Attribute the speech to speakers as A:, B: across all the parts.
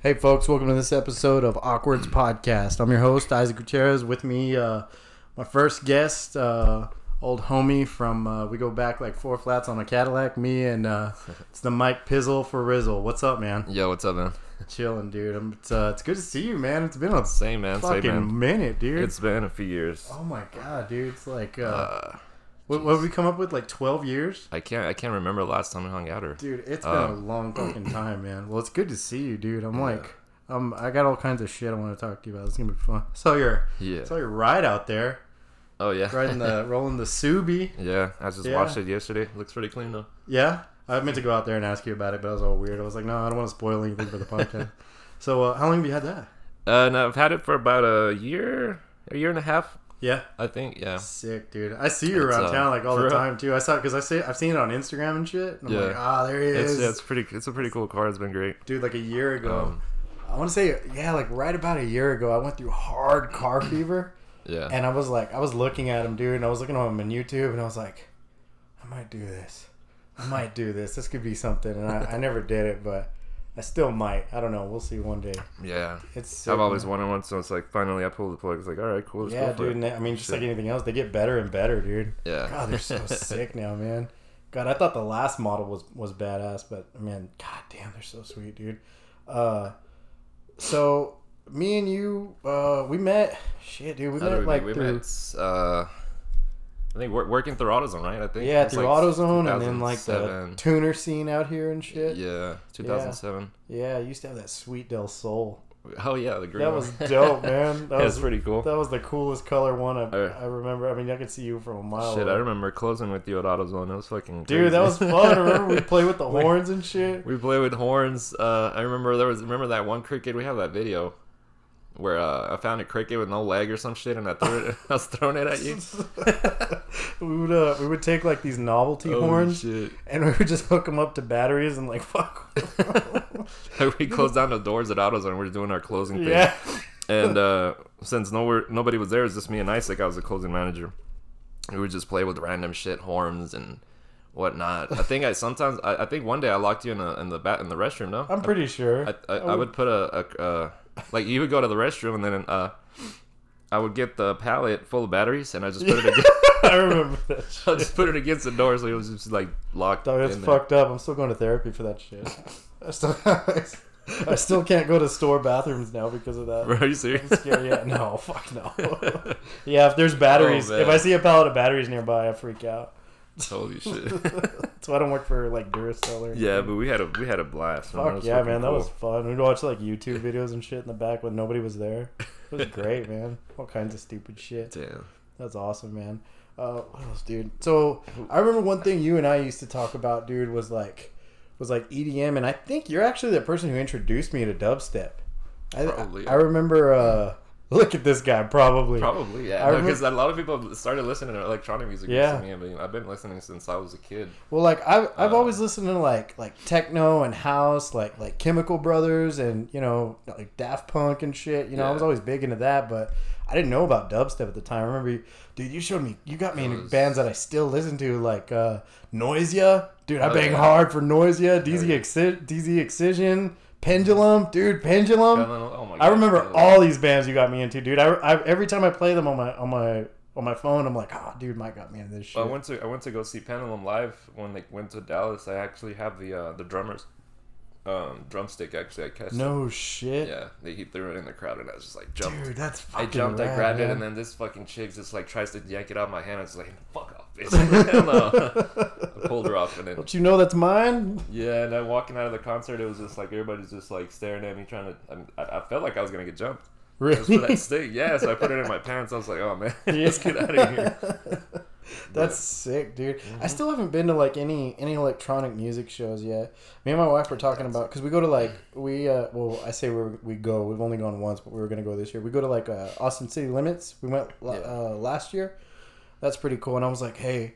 A: Hey, folks, welcome to this episode of Awkward's Podcast. I'm your host, Isaac Gutierrez. With me, uh, my first guest, uh, old homie from, uh, we go back like four flats on a Cadillac, me and uh, it's the Mike Pizzle for Rizzle. What's up, man?
B: Yo, what's up, man?
A: Chilling, dude. I'm, it's, uh, it's good to see you, man. It's been a
B: Same man,
A: fucking
B: same man.
A: minute, dude.
B: It's been a few years.
A: oh my God, dude. It's like, uh,
B: Uh,
A: what, what have we come up with? Like 12 years?
B: I can't. I can't remember the last time we hung out. Or
A: Dude, it's been a
B: Um,
A: long fucking time, man. Well, it's good to see you, dude. I'm like, um, I got all kinds of shit I want to talk to you about. It's gonna be fun. So you're,
B: yeah.
A: so you're right out there,
B: Oh yeah.
A: riding the, rolling the Subi.
B: yeah. I just
A: Yeah.
B: watched it yesterday. Looks pretty clean though.
A: Yeah, I meant to go out there and ask you about it, but I was all weird. I was like, no, I don't want to spoil anything for the podcast. so uh, how long have you had that?
B: Uh, and I've had it for about a year, a year and a half,
A: Yeah,
B: I think. Yeah.
A: sick, dude. I see you
B: It's,
A: around
B: uh,
A: town like all the
B: for real.
A: time too. I saw because I see I've seen it on Instagram and shit. And I'm
B: Yeah.
A: like, ah, there he
B: It's
A: is,
B: yeah, it's pretty. It's a pretty cool car. It's been great.
A: dude. Like a year ago.
B: Um,
A: I want to say, yeah, like right about a year ago, I went through hard car fever.
B: yeah.
A: And I was like, I was looking at him, dude, and I was looking at him on YouTube, and I was like, I might do this. I might do this. This could be something. And I, I never did it, but I still might. I don't know. We'll see one day.
B: yeah.
A: It's sick,
B: I've always
A: man.
B: wanted one, so it's like finally I pulled the plug. It's like, all right, cool. Let's
A: yeah,
B: go for
A: dude. And
B: It.
A: I mean, just
B: Shit.
A: like anything else, they get better and better, dude.
B: Yeah.
A: God, they're so sick now, man. God, I thought the last model was was badass, but man, god damn, they're so sweet, dude. Uh, so me and you, uh, we met. Shit, dude, we
B: How did
A: met
B: we,
A: like
B: meet? we
A: through.
B: met. Uh, I think wor- working through AutoZone, right? I think.
A: Yeah,
B: It's,
A: through
B: like,
A: AutoZone and then like the
B: 2007.
A: tuner scene out here and shit. Yeah,
B: Yeah, 2007.
A: I used to have that sweet Del Sol.
B: Oh yeah, the green.
A: That
B: one.
A: was dope, man. That
B: yeah,
A: was
B: it's pretty cool.
A: That was the coolest color one I,
B: Uh,
A: I remember. I mean, I could see you from a mile.
B: Shit, I
A: away.
B: remember closing with you at AutoZone. It was fucking
A: Dude, that was
B: crazy.
A: fun. remember we played with the horns and shit.
B: we played with horns. Uh, I remember there was remember that one cricket. We have that video where uh, I found a cricket with no leg or some shit, and I threw it. I was throwing it at you.
A: we would uh, we would take like these novelty
B: Oh,
A: horns
B: shit.
A: and we would just hook them up to batteries and like fuck.
B: we closed down the doors at AutoZone. We were doing our closing thing.
A: yeah.
B: And uh, since nowhere, nobody was there, it was just me and Isaac. I was the closing manager. We would just play with random shit, horns and whatnot. I think I sometimes, I, I think one day I locked you in, a, in the bat in the restroom. No,
A: I'm pretty sure.
B: I, I, I would put a, a uh, like you would go to the restroom and then uh, I would get the pallet full of batteries and I just put it against,
A: I remember that shit.
B: I just put it against the door so it was just like locked.
A: Dog, that's
B: in there.
A: fucked up. I'm still going to therapy for that shit. I still, I still can't go to store bathrooms now because of that.
B: Bro, are you serious?
A: It's Scary. Yeah, no, fuck no. yeah, if there's batteries,
B: Oh, man.
A: if I see a pallet of batteries nearby, I freak out.
B: Holy shit!
A: That's why I don't work for like Duracell or
B: yeah, but we had a we had a blast. man. That
A: Fuck
B: was
A: yeah,
B: fucking
A: man, that
B: cool.
A: was fun. We'd watch like YouTube videos and shit in the back when nobody was there. It was great, man. All kinds of stupid shit.
B: damn.
A: That's awesome, man. Uh, what else, dude? So I remember one thing you and I used to talk about, dude, was like, was like EDM, and I think you're actually the person who introduced me to dubstep. I,
B: Probably.
A: I remember. Uh, look at this guy, probably.
B: Probably yeah,
A: I
B: because a lot of people started listening to electronic music
A: Yeah.
B: recently. I mean, I've been listening since I was a kid.
A: Well, like I've I've
B: Uh,
A: always listened to like like techno and house, like like Chemical Brothers and you know like Daft Punk and shit. You know, I
B: Yeah.
A: was always big into that, but I didn't know about dubstep at the time. I remember, you, dude, you showed me, you got me into
B: was-
A: bands that I still listen to, like uh Noisia, dude. I
B: Oh,
A: bang
B: yeah.
A: hard for Noisia, DZ
B: yeah.
A: Exci- DZ Excision, Pendulum, dude, Pendulum.
B: Oh my
A: Um, I remember
B: God.
A: all these bands you got me into, dude. I, I every time I play them on my on my on my phone, I'm like, oh, dude, Mike got me into this shit.
B: I went to I went to go see Pendulum live when they went to Dallas. I actually have the uh, the drummer's um, drumstick. Actually, I catch.
A: no shit.
B: Yeah, they he threw it in the crowd, and I was just like jumped.
A: Dude, that's fucking
B: I jumped, I
A: rad,
B: grabbed it,
A: man.
B: and then this fucking chick just like tries to yank it out of my hand. I was like, "Fuck off, bitch!" Hell no. I pulled her off, and then
A: Don't you know that's mine?
B: yeah, and then walking out of the concert, it was just like everybody's just like staring at me, trying to. I, mean, I, I felt like I was gonna get jumped. Just for
A: Really?
B: that stick, yeah. So I put it in my pants. I was like, "Oh man,
A: Yeah.
B: let's get out of here." Mm-hmm.
A: That's sick, dude. I still haven't been to like any any electronic music shows yet. Me and my wife were talking about because we go to like we uh well I say we we go we've only gone once but we were gonna go this year. We go to like uh, Austin City Limits. We went la-
B: Yeah.
A: uh, last year. That's pretty cool. And I was like, hey.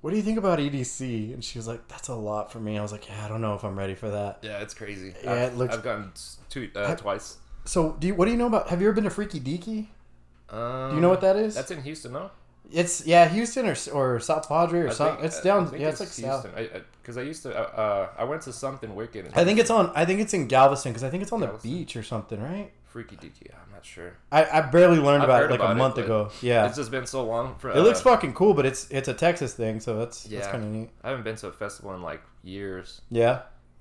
A: What do you think about EDC? And she was like, "That's a lot for me." I was like, "Yeah, I don't know if I'm ready for that."
B: Yeah, it's crazy.
A: Yeah,
B: I've,
A: it looks-
B: I've gotten s- two uh,
A: I-
B: twice.
A: So, do you, what do you know about? Have you ever been to Freaky Deaky?
B: Um,
A: Do you know what that is?
B: That's in Houston, no?
A: It's yeah, Houston or or South Padre or
B: I
A: something.
B: think-
A: It's
B: I-
A: down.
B: I think
A: yeah,
B: it's
A: it's,
B: like
A: south.
B: Houston. Because I, 'cause I used to. Uh, uh, I went to something wicked.
A: I think it's on. I think it's in Galveston because I think it's on the
B: Galveston.
A: beach or something, right?
B: freaky deaky. I'm not sure.
A: I, I barely learned
B: I've
A: about
B: heard
A: it like
B: about
A: a
B: it,
A: month
B: but
A: ago. Yeah,
B: It's just been so long. For,
A: it looks
B: uh,
A: fucking cool, but it's it's a Texas thing, so that's that's
B: Yeah.
A: kind of neat.
B: I haven't been to a festival in like years.
A: Yeah,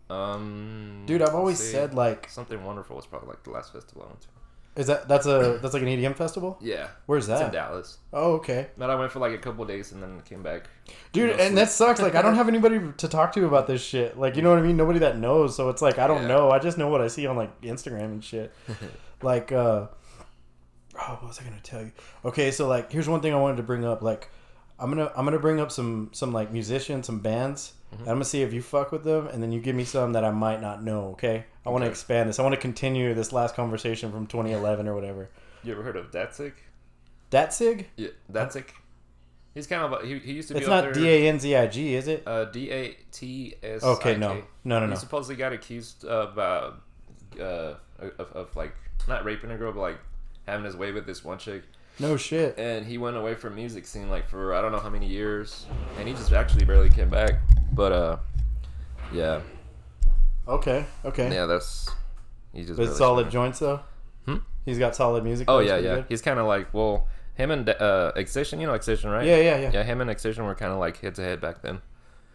B: Um,
A: dude, I've always
B: let's see.
A: said like,
B: something wonderful was probably like the last festival I went to.
A: is that that's a that's like an EDM festival?
B: Yeah,
A: Where's
B: it's in
A: that?
B: Dallas.
A: Oh, okay,
B: But I went for like a couple days and then came back.
A: dude,
B: Real
A: and that
B: sweet.
A: sucks. Like, I don't have anybody to talk to about this shit. Like, you know what I mean? Nobody that knows, so it's like I don't
B: Yeah.
A: know. I just know what I see on like Instagram and shit. like, uh, oh, what was I gonna tell you? Okay, so like, here's one thing I wanted to bring up. Like, I'm gonna I'm gonna bring up some some like musicians, some bands.
B: Mm-hmm.
A: and I'm gonna see if you fuck with them, and then you give me some that I might not know. Okay, I want to
B: Okay.
A: expand this. I want to continue this last conversation from 2011 or whatever.
B: You ever heard of Datsik?
A: That sig?
B: Yeah, Datsik. He's kind of a, he, he used to be
A: It's
B: up
A: not
B: there.
A: D A N Z I G, is it?
B: Uh, D A T S.
A: Okay, no. No, no, no.
B: He supposedly got accused of, uh, uh, of, of like not raping a girl, but like having his way with this one chick,
A: No shit.
B: and he went away from music scene like for I don't know how many years, and he just actually barely came back. But uh, yeah,
A: Okay, okay.
B: yeah, that's he just.
A: But
B: barely
A: solid
B: came back.
A: joints though.
B: Hmm?
A: He's got solid music.
B: Oh
A: that's
B: yeah,
A: pretty
B: yeah.
A: good.
B: He's kind of like well, him and uh, Excision, you know Excision, right?
A: yeah, yeah, yeah,
B: Yeah, him and Excision were kind of like head to head back then.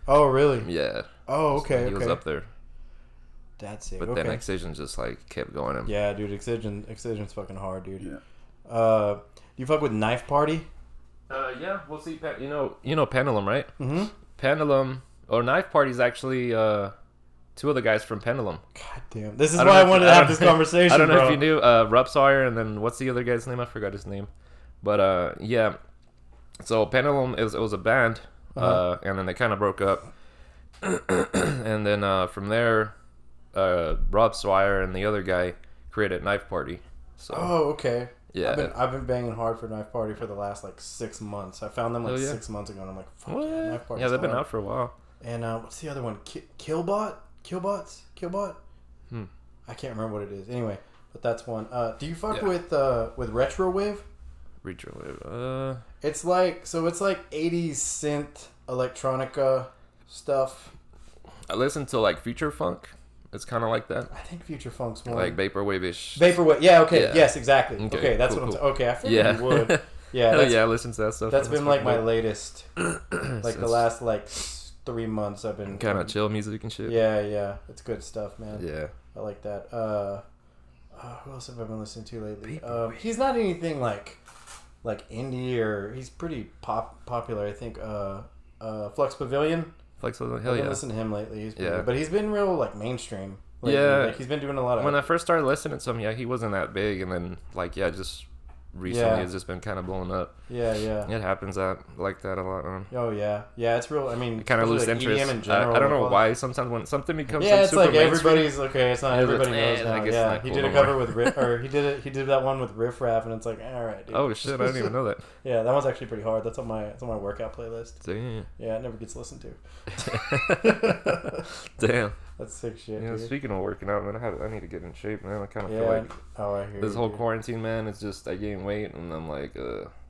A: Oh really?
B: Yeah.
A: Oh okay,
B: He was
A: okay.
B: up there,
A: That's it.
B: but
A: okay.
B: then Excision just like kept going. And
A: yeah, dude, excision, excision's fucking hard, dude. Yeah. Uh, do you fuck with knife party?
B: Uh, yeah, we'll see. Pen- you know, you know Pendulum, right?
A: Mm-hmm.
B: Pendulum or Knife Party's actually uh, two of the guys from Pendulum.
A: God damn, this is
B: I
A: why
B: don't know
A: I
B: if-
A: wanted to
B: I
A: have
B: don't-
A: this conversation.
B: I don't know
A: bro.
B: if you knew uh, Rob Sawyer and then what's the other guy's name? I forgot his name, but uh, yeah. So Pendulum is it was a band, uh
A: Uh-huh.
B: and then they kind of broke up, and then uh, from there, uh, Rob Sawyer and the other guy created Knife Party. So
A: Oh okay.
B: yeah,
A: I've been, I've been banging hard for knife party for the last like six months. I found them like
B: Oh, yeah.
A: six months ago, and I'm like, fuck
B: What?
A: yeah, knife party.
B: yeah, they've been out for a while.
A: And uh, what's the other one? Ki- Killbot? Killbots? Killbot?
B: Hmm.
A: I can't remember what it is. Anyway, but that's one. Uh, do you fuck
B: Yeah.
A: with uh, with Retrowave?
B: Retrowave. Uh,
A: It's like so. It's like 80s synth electronica stuff.
B: I listen to like future funk. It's kind of like that,
A: I think Future Funk's one.
B: like vaporwave-ish.
A: Vaporwave. Yeah. Okay.
B: Yeah.
A: Yes. Exactly. Okay.
B: Okay,
A: that's
B: cool,
A: what
B: cool.
A: I'm. T- okay. I figured
B: yeah,
A: you would. Yeah.
B: Hell
A: That's,
B: yeah, I listen to that stuff.
A: that's been like my latest. Like the last like s- three months, I've been
B: kind of chill music and shit.
A: Yeah. Yeah. It's good stuff, man.
B: yeah.
A: I like that. Uh, uh, who else have I been listening to lately? Um, he's not anything like like indie or he's pretty pop popular. I think uh, uh, Flux Pavilion.
B: Flex was-
A: I've
B: hell
A: been
B: yeah.
A: listening to him lately. He's pretty
B: Yeah.
A: good. but he's been real like mainstream. Lately.
B: Yeah.
A: like, he's been doing a lot of.
B: When I first started listening to him, yeah, he wasn't that big, and then like yeah, just recently
A: Yeah.
B: it's just been kind of blowing up.
A: yeah, yeah.
B: It happens that like that a lot. Um,
A: Oh yeah, yeah. It's real. I mean,
B: I kind of
A: especially,
B: lose
A: like,
B: interest.
A: EDM in
B: I-
A: general,
B: I, don't know
A: like,
B: why sometimes when something becomes
A: Yeah,
B: like,
A: it's
B: super
A: like
B: mainstream-
A: everybody's okay. It's not
B: It's like,
A: everybody knows
B: eh,
A: now.
B: I guess it's
A: yeah,
B: not
A: he
B: cool
A: did a
B: no more.
A: cover with Riff, or he did it. He did that one with Riff Raff, and it's like, all right, dude.
B: Oh shit, I didn't even know that.
A: Yeah, that one's actually pretty hard. That's on my that's on my workout playlist.
B: Damn.
A: Yeah, it never gets listened to.
B: Damn.
A: That's sick shit.
B: Yeah,
A: dude.
B: speaking of working out, man, I, have, I need to get in shape, man. I kind of
A: Yeah.
B: feel like
A: oh, I hear
B: this
A: you,
B: whole
A: dude.
B: quarantine, man, it's just I gain weight and I'm like, uh,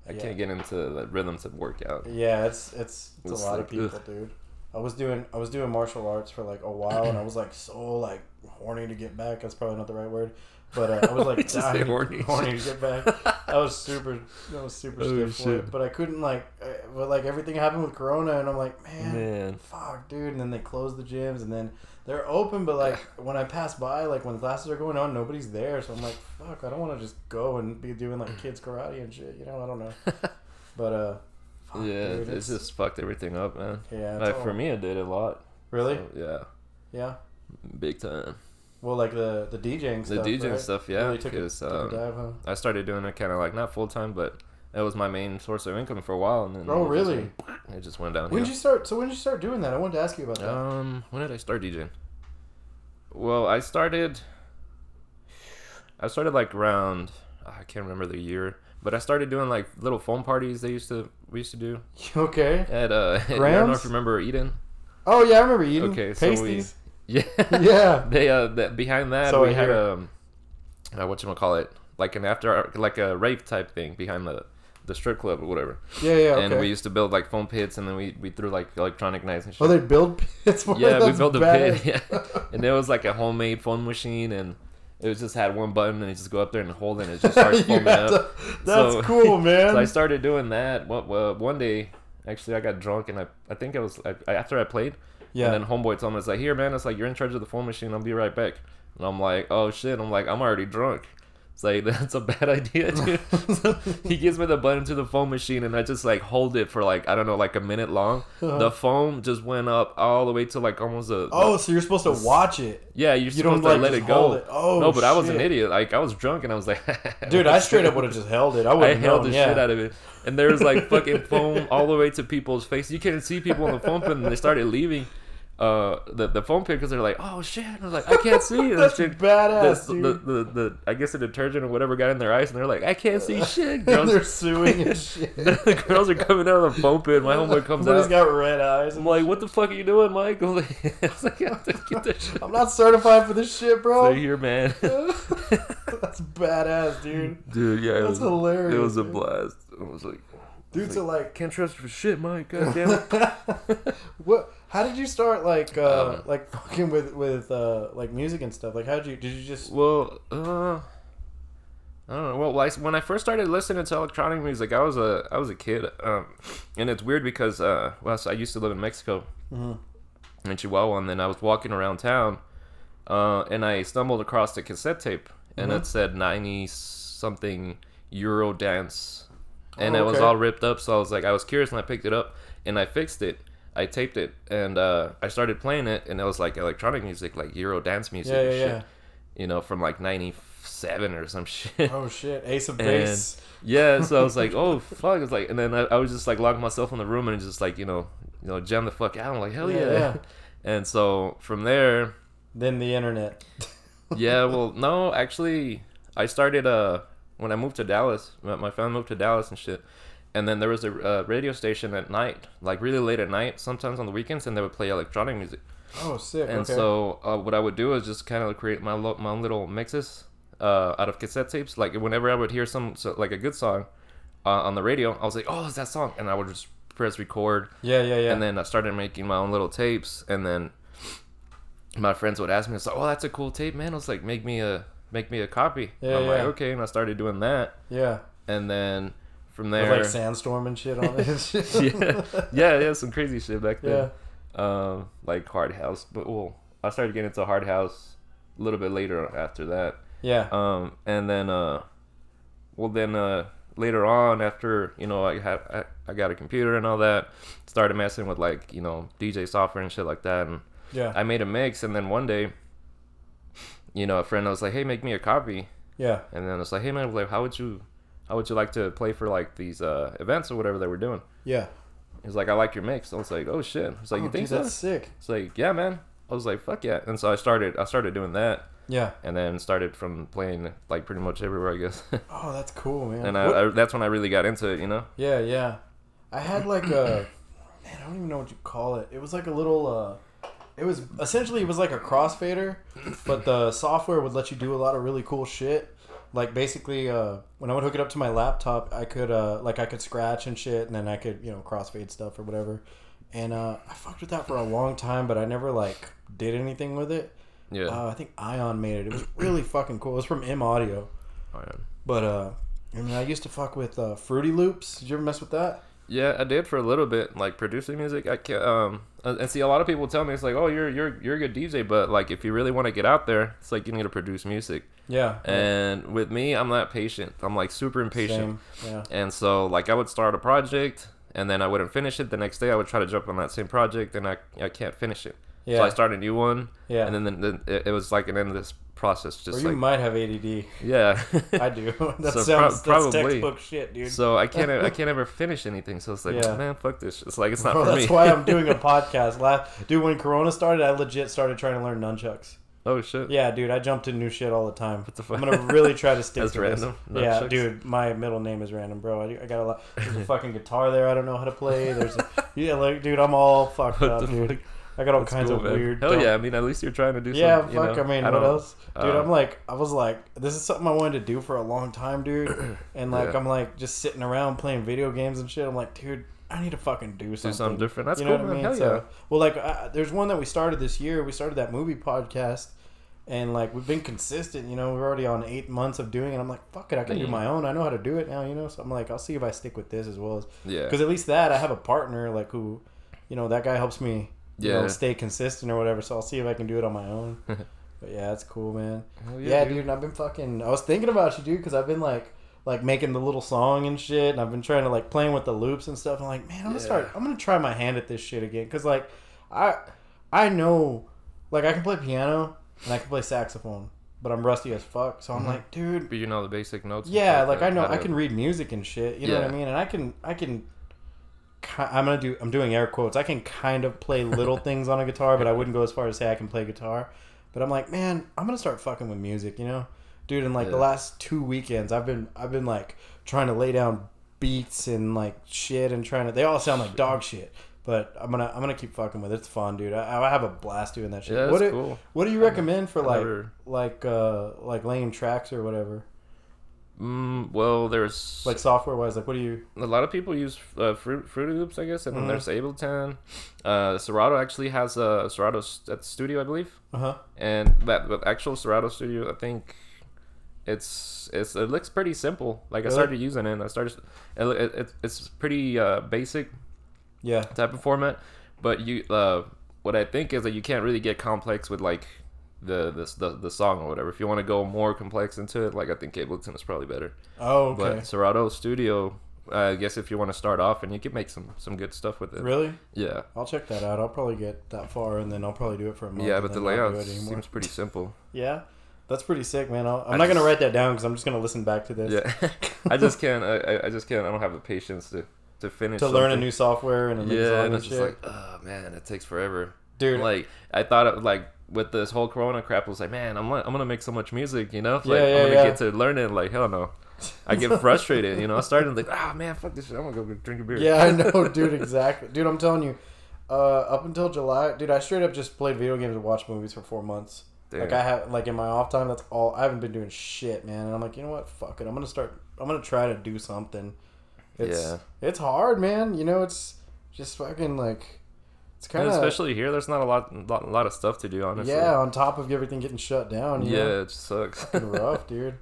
B: I
A: Yeah.
B: can't get into the rhythm to work out.
A: Yeah, it's it's it's a
B: It's
A: lot of
B: like,
A: people,
B: ugh.
A: dude. I was doing I was doing martial arts for like a while, and I was like so like horny to get back. That's probably not the right word, but uh, I was
B: We
A: like
B: just say
A: dying-
B: horny.
A: horny to get back. I was super I was super
B: Oh,
A: stiff for it,
B: shit.
A: but I couldn't like. uh, But like everything happened with Corona, and I'm like, man,
B: Man,
A: fuck, dude. And then they close the gyms, and then they're open, but like when I pass by, like when classes are going on, nobody's there. So I'm like, fuck, I don't want to just go and be doing like kids karate and shit. You know, I don't know. But uh, fuck,
B: yeah,
A: dude,
B: it's just fucked everything up, man.
A: yeah. it's
B: Like
A: all-
B: for me, I did a lot.
A: really,
B: So, yeah,
A: yeah.
B: big time.
A: Well, like the the DJing
B: The
A: stuff.
B: DJing
A: right?
B: stuff, yeah,
A: Really took a,
B: 'cause,
A: took a
B: um,
A: dive, huh?
B: I started doing it kind of like not full time, but that was my main source of income for a while, and then
A: Oh,
B: it just
A: really?
B: went- it just went down.
A: When did you start? So when did you start doing that? I wanted to ask you about that.
B: Um, when did I start DJing? Well, I started. I started like around. ah, I can't remember the year, but I started doing like little phone parties they used to we used to do
A: okay.
B: at uh. I don't know
A: Grams?
B: if you remember Eden.
A: Oh yeah, I remember eating
B: Okay, so we-
A: pasties.
B: Yeah.
A: yeah.
B: they uh that behind that
A: So I
B: we had
A: hear.
B: um, uh, what you call it like an after like a rave type thing behind the the strip club or whatever.
A: Yeah, yeah. Okay.
B: And we used to build like foam pits, and then we, we threw like electronic knives and shit.
A: oh, they build pits. For
B: yeah,
A: it?
B: we
A: That's
B: built a
A: badass.
B: pit, yeah. and it was like a homemade foam machine, and it was just had one button, and you just go up there and hold, it, and it just starts
A: You
B: foaming
A: had
B: up.
A: to- that's
B: So-
A: cool, man.
B: So I started doing that. What well, one day, actually, I got drunk and I I think I was I, I- after I played.
A: Yeah.
B: And then homeboy told me it's like, here, man, it's like you're in charge of the phone machine. I'll be right back. And I'm like, oh shit. I'm like, I'm already drunk. It's like that's a bad idea, dude. so he gives me the button to the phone machine, and I just like hold it for like I don't know, like a minute long. The foam just went up all the way to like almost a.
A: Uh-huh. oh, so you're supposed to watch it.
B: yeah, you're
A: you don't,
B: supposed to
A: like,
B: let
A: just
B: it go.
A: hold it. Oh,
B: no, but I was an
A: shit.
B: idiot. Like I was drunk, and I was like,
A: Dude, I straight up would have just held it. I would
B: I
A: have known.
B: held the
A: yeah.
B: shit out of it. And there was like fucking foam all the way to people's face. You couldn't see people on the phone pit, and they started leaving uh, the, the phone pit because they're like, oh shit. And I was like, I can't see. And
A: That's
B: shit-
A: badass,
B: the,
A: dude.
B: the, the, the- I guess the detergent or whatever got in their eyes, and they're like, I can't see shit.
A: And they're
B: Girls,
A: suing and shit.
B: the girls are coming out of the phone pit. and My homeboy comes
A: Somebody's
B: out.
A: got red eyes.
B: I'm like, what the fuck are you doing, Michael? It's like, I have to get this shit.
A: I'm not certified for this shit,
B: They're
A: bro.
B: here, man.
A: Oh, That's badass, dude.
B: Dude, yeah, it
A: That's
B: was,
A: hilarious.
B: it was a
A: dude.
B: blast. I was like,
A: Dude, so like,
B: can't trust you for shit, Mike. God damn it.
A: what? How did you start like,
B: don't
A: uh,
B: know.
A: like fucking with with uh, like music and stuff? Like, how did you? Did you just?
B: Well, uh, I don't know. Well, like, when I first started listening to electronic music, I was a I was a kid, um, and it's weird because uh, well, so I used to live in Mexico,
A: Mm-hmm.
B: in Chihuahua, and then I was walking around town, uh, and I stumbled across a cassette tape, and
A: Mm-hmm.
B: it said ninety something Euro dance, and
A: Oh,
B: it was
A: okay.
B: all ripped up. So I was like, I was curious, and I picked it up, and I fixed it. I taped it and uh, I started playing it, and it was like electronic music, like Euro dance music.
A: Yeah,
B: and
A: yeah,
B: shit
A: yeah.
B: you know, from like '97 or some shit.
A: Oh shit, Ace of
B: And-
A: Base.
B: yeah, so I was like, oh fuck, it's like, and then I, I was just like lock myself in the room and just like you know, you know, jam the fuck out. I'm like hell
A: Yeah,
B: yeah.
A: yeah.
B: And so from there,
A: Then the internet.
B: yeah, well, no, actually, I started uh when I moved to Dallas, my, my family moved to Dallas and shit. And then there was a uh, radio station at night, like really late at night, sometimes on the weekends, and they would play electronic music.
A: Oh sick.
B: And
A: okay.
B: so uh, what I would do is just kind of create my lo- my own little mixes uh, out of cassette tapes. Like whenever I would hear some so, like a good song uh, on the radio, I was like, "Oh, it's that song," and I would just press record.
A: yeah, yeah, yeah.
B: And then I started making my own little tapes. And then my friends would ask me, "It's like, oh, that's a cool tape, man." I was like, "Make me a make me a copy." And
A: Yeah,
B: I'm
A: yeah.
B: like, "Okay," and I started doing that.
A: yeah,
B: And then from
A: With,
B: there,
A: like sandstorm and shit on it.
B: yeah, yeah, yeah, some crazy shit back then
A: yeah.
B: um, like hard house. But well, I started getting into hard house a little bit later after that.
A: Yeah.
B: Um, and then, uh, well, then uh, later on, after you know, I had I, I got a computer and all that, started messing with like you know DJ software and shit like that, and
A: Yeah.
B: I made a mix. And then one day, you know, a friend was like, "Hey, make me a copy,"
A: yeah.
B: and then it's like, "Hey man, like, how would you, how would you like to play for like these uh, events or whatever they were doing?"
A: Yeah.
B: He's like, "I like your mix." I was like, "Oh shit!" He's like,
A: Oh,
B: "You think
A: dude,
B: so?"
A: that's sick.
B: It's like, yeah, man. I was like, fuck yeah. And so I started, I started doing that,
A: Yeah.
B: and then started from playing like pretty much everywhere, I guess.
A: Oh, that's cool, man.
B: and
A: What-
B: I, I, that's when I really got into it, you know.
A: Yeah, yeah. I had like a man, I don't even know what you call it. It was like a little uh it was essentially it was like a crossfader, but the software would let you do a lot of really cool shit. Like basically uh when I would hook it up to my laptop, I could uh like I could scratch and shit and then I could, you know, crossfade stuff or whatever. And uh I fucked with that for a long time, but I never like did anything with it.
B: Yeah.
A: Uh, I think Ion made it. It was really fucking cool. It was from M Audio.
B: Oh, yeah.
A: But uh I mean I used to fuck with uh Fruity Loops. Did you ever mess with that?
B: Yeah, I did for a little bit, like producing music. I can um, and and see a lot of people tell me it's like, oh, you're you're you're a good DJ, but like if you really want to get out there, it's like you need to produce music.
A: Yeah.
B: And with me, I'm not patient. I'm like super impatient.
A: Same. Yeah.
B: And so, like, I would start a project and then I wouldn't finish it. The next day, I would try to jump on that same project and I, I can't finish it.
A: Yeah.
B: So I start a new one.
A: Yeah.
B: And then, then, then it, it was like an endless process.
A: Or
B: Just
A: you
B: like,
A: might have ADD.
B: yeah.
A: I do. that
B: So
A: sounds that's
B: prob- probably.
A: textbook shit, dude.
B: so I can't I can't ever finish anything. So it's like,
A: Yeah.
B: man, fuck this. It's like, it's not
A: Bro,
B: for
A: that's
B: me.
A: why I'm doing a podcast. La- Dude, when Corona started, I legit started trying to learn nunchucks.
B: oh, shit.
A: Yeah, dude, I jumped in new shit all the time.
B: the fuck?
A: I'm gonna really try to stick
B: That's
A: to
B: random?
A: This. Yeah,
B: Nunchucks?
A: dude, my middle name is random, bro. I, I got a lot. There's a fucking guitar there. I don't know how to play. There's, a, yeah, like, dude, I'm all fucked
B: What
A: up,
B: the
A: dude.
B: fuck?
A: I got all
B: That's
A: kinds
B: cool,
A: of
B: man.
A: weird.
B: Hell
A: dumb-
B: yeah! I mean, at least you're trying to do.
A: Yeah,
B: something, you
A: fuck.
B: know?
A: I mean,
B: I
A: what
B: don't-
A: else, dude?
B: uh,
A: I'm like, I was like, this is something I wanted to do for a long time, dude. And like,
B: Yeah.
A: I'm like, just sitting around playing video games and shit. I'm like, dude, I need to fucking do something,
B: something different. That's
A: you
B: cool,
A: know what
B: man.
A: I mean?
B: Hell
A: so, well, like, I, there's one that we started this year. We started that movie podcast, and like, we've been consistent. You know, we're already on eight months of doing it. I'm like, fuck it, I can do
B: Yeah.
A: my own. I know how to do it now. You know, so I'm like, I'll see if I stick with this as well as
B: yeah.
A: because at least that I have a partner like who, you know, that guy helps me, you know,
B: Yeah.
A: stay consistent or whatever. So I'll see if I can do it on my own. but yeah, that's cool, man.
B: Hell
A: yeah, dude. and I've been fucking. I was thinking about you, dude, because I've been like, like making the little song and shit, and I've been trying to like playing with the loops and stuff. I'm like, man, I'm gonna
B: Yeah.
A: start. I'm gonna try my hand at this shit again, because like, I, I know, like I can play piano and I can play saxophone, but I'm rusty as fuck. So I'm
B: Mm-hmm.
A: like, dude,
B: But you know the basic notes. and
A: yeah,
B: stuff,
A: like I know
B: how
A: I
B: to-
A: can read music and shit. You know what I
B: Yeah.
A: mean? And I can I can. ki- I'm gonna do. I'm doing air quotes. I can kind of play little things on a guitar, but I wouldn't go as far as say I can play guitar. But I'm like, man, I'm gonna start fucking with music, you know, dude. In like the
B: Yeah.
A: last two weekends, I've been I've been like trying to lay down beats and like shit and trying to. They all sound like dog shit. But I'm gonna I'm gonna keep fucking with it. It's fun, dude. I, I have a blast doing that shit.
B: Yeah,
A: what
B: that's
A: do,
B: cool.
A: What do you recommend for
B: I
A: like
B: never-
A: like uh like laying tracks or whatever?
B: Mm, well, there's
A: Like software wise, like what do you?
B: a lot of people use uh, Fruit Fruity Loops, I guess, and then there's Ableton. Uh, Serato actually has a Serato st- at the studio, I believe,
A: Uh huh.
B: and that the actual Serato studio, I think. It's, it's it looks pretty simple. Like I
A: Really?
B: started using it. And I started. It, it, it's- it's pretty uh, basic
A: Yeah.
B: type of format, but you uh, what I think is that you can't really get complex with like the the the, the song or whatever. If you want to go more complex into it, like I think Ableton is probably better.
A: Oh, okay.
B: But Serato Studio, uh, I guess if you want to start off and you can make some some good stuff with it.
A: really?
B: Yeah.
A: I'll check that out. I'll probably get that far, and then I'll probably do it for a month.
B: Yeah,
A: and
B: but the
A: then not do
B: layout
A: it anymore.
B: seems pretty simple.
A: Yeah, that's pretty sick, man. I'll, I'm
B: I
A: not gonna
B: just-
A: write that down because I'm just gonna listen back to this
B: Yeah, I just can't. I, I- I just can't. I don't have the patience to to finish.
A: to learn a
B: something.
A: new software and a new
B: Yeah,
A: song
B: and
A: and,
B: it's
A: shit.
B: just like, oh man, it takes forever.
A: Dude,
B: like I thought it like with this whole corona crap I was like man I'm, gonna- I'm gonna make so much music you know like
A: Yeah, yeah,
B: I'm gonna
A: yeah.
B: get to learn it like hell no I get frustrated you know I started like ah man fuck this shit I'm gonna go drink a beer
A: yeah, I know, dude. Exactly, dude. I'm telling you, uh, up until July, dude, I straight up just played video games and watched movies for four months.
B: Damn.
A: Like I have, like in my off time, that's all. I haven't been doing shit, man. And I'm like, you know what? Fuck it. I'm gonna start. I'm gonna try to do something. It's
B: Yeah.
A: it's hard, man. You know, it's just fucking like it's
B: And
A: kind of
B: especially here there's not a lot, lot lot of stuff to do honestly
A: yeah. On top of everything getting shut down, you
B: yeah
A: yeah,
B: it just sucks
A: know? rough, dude.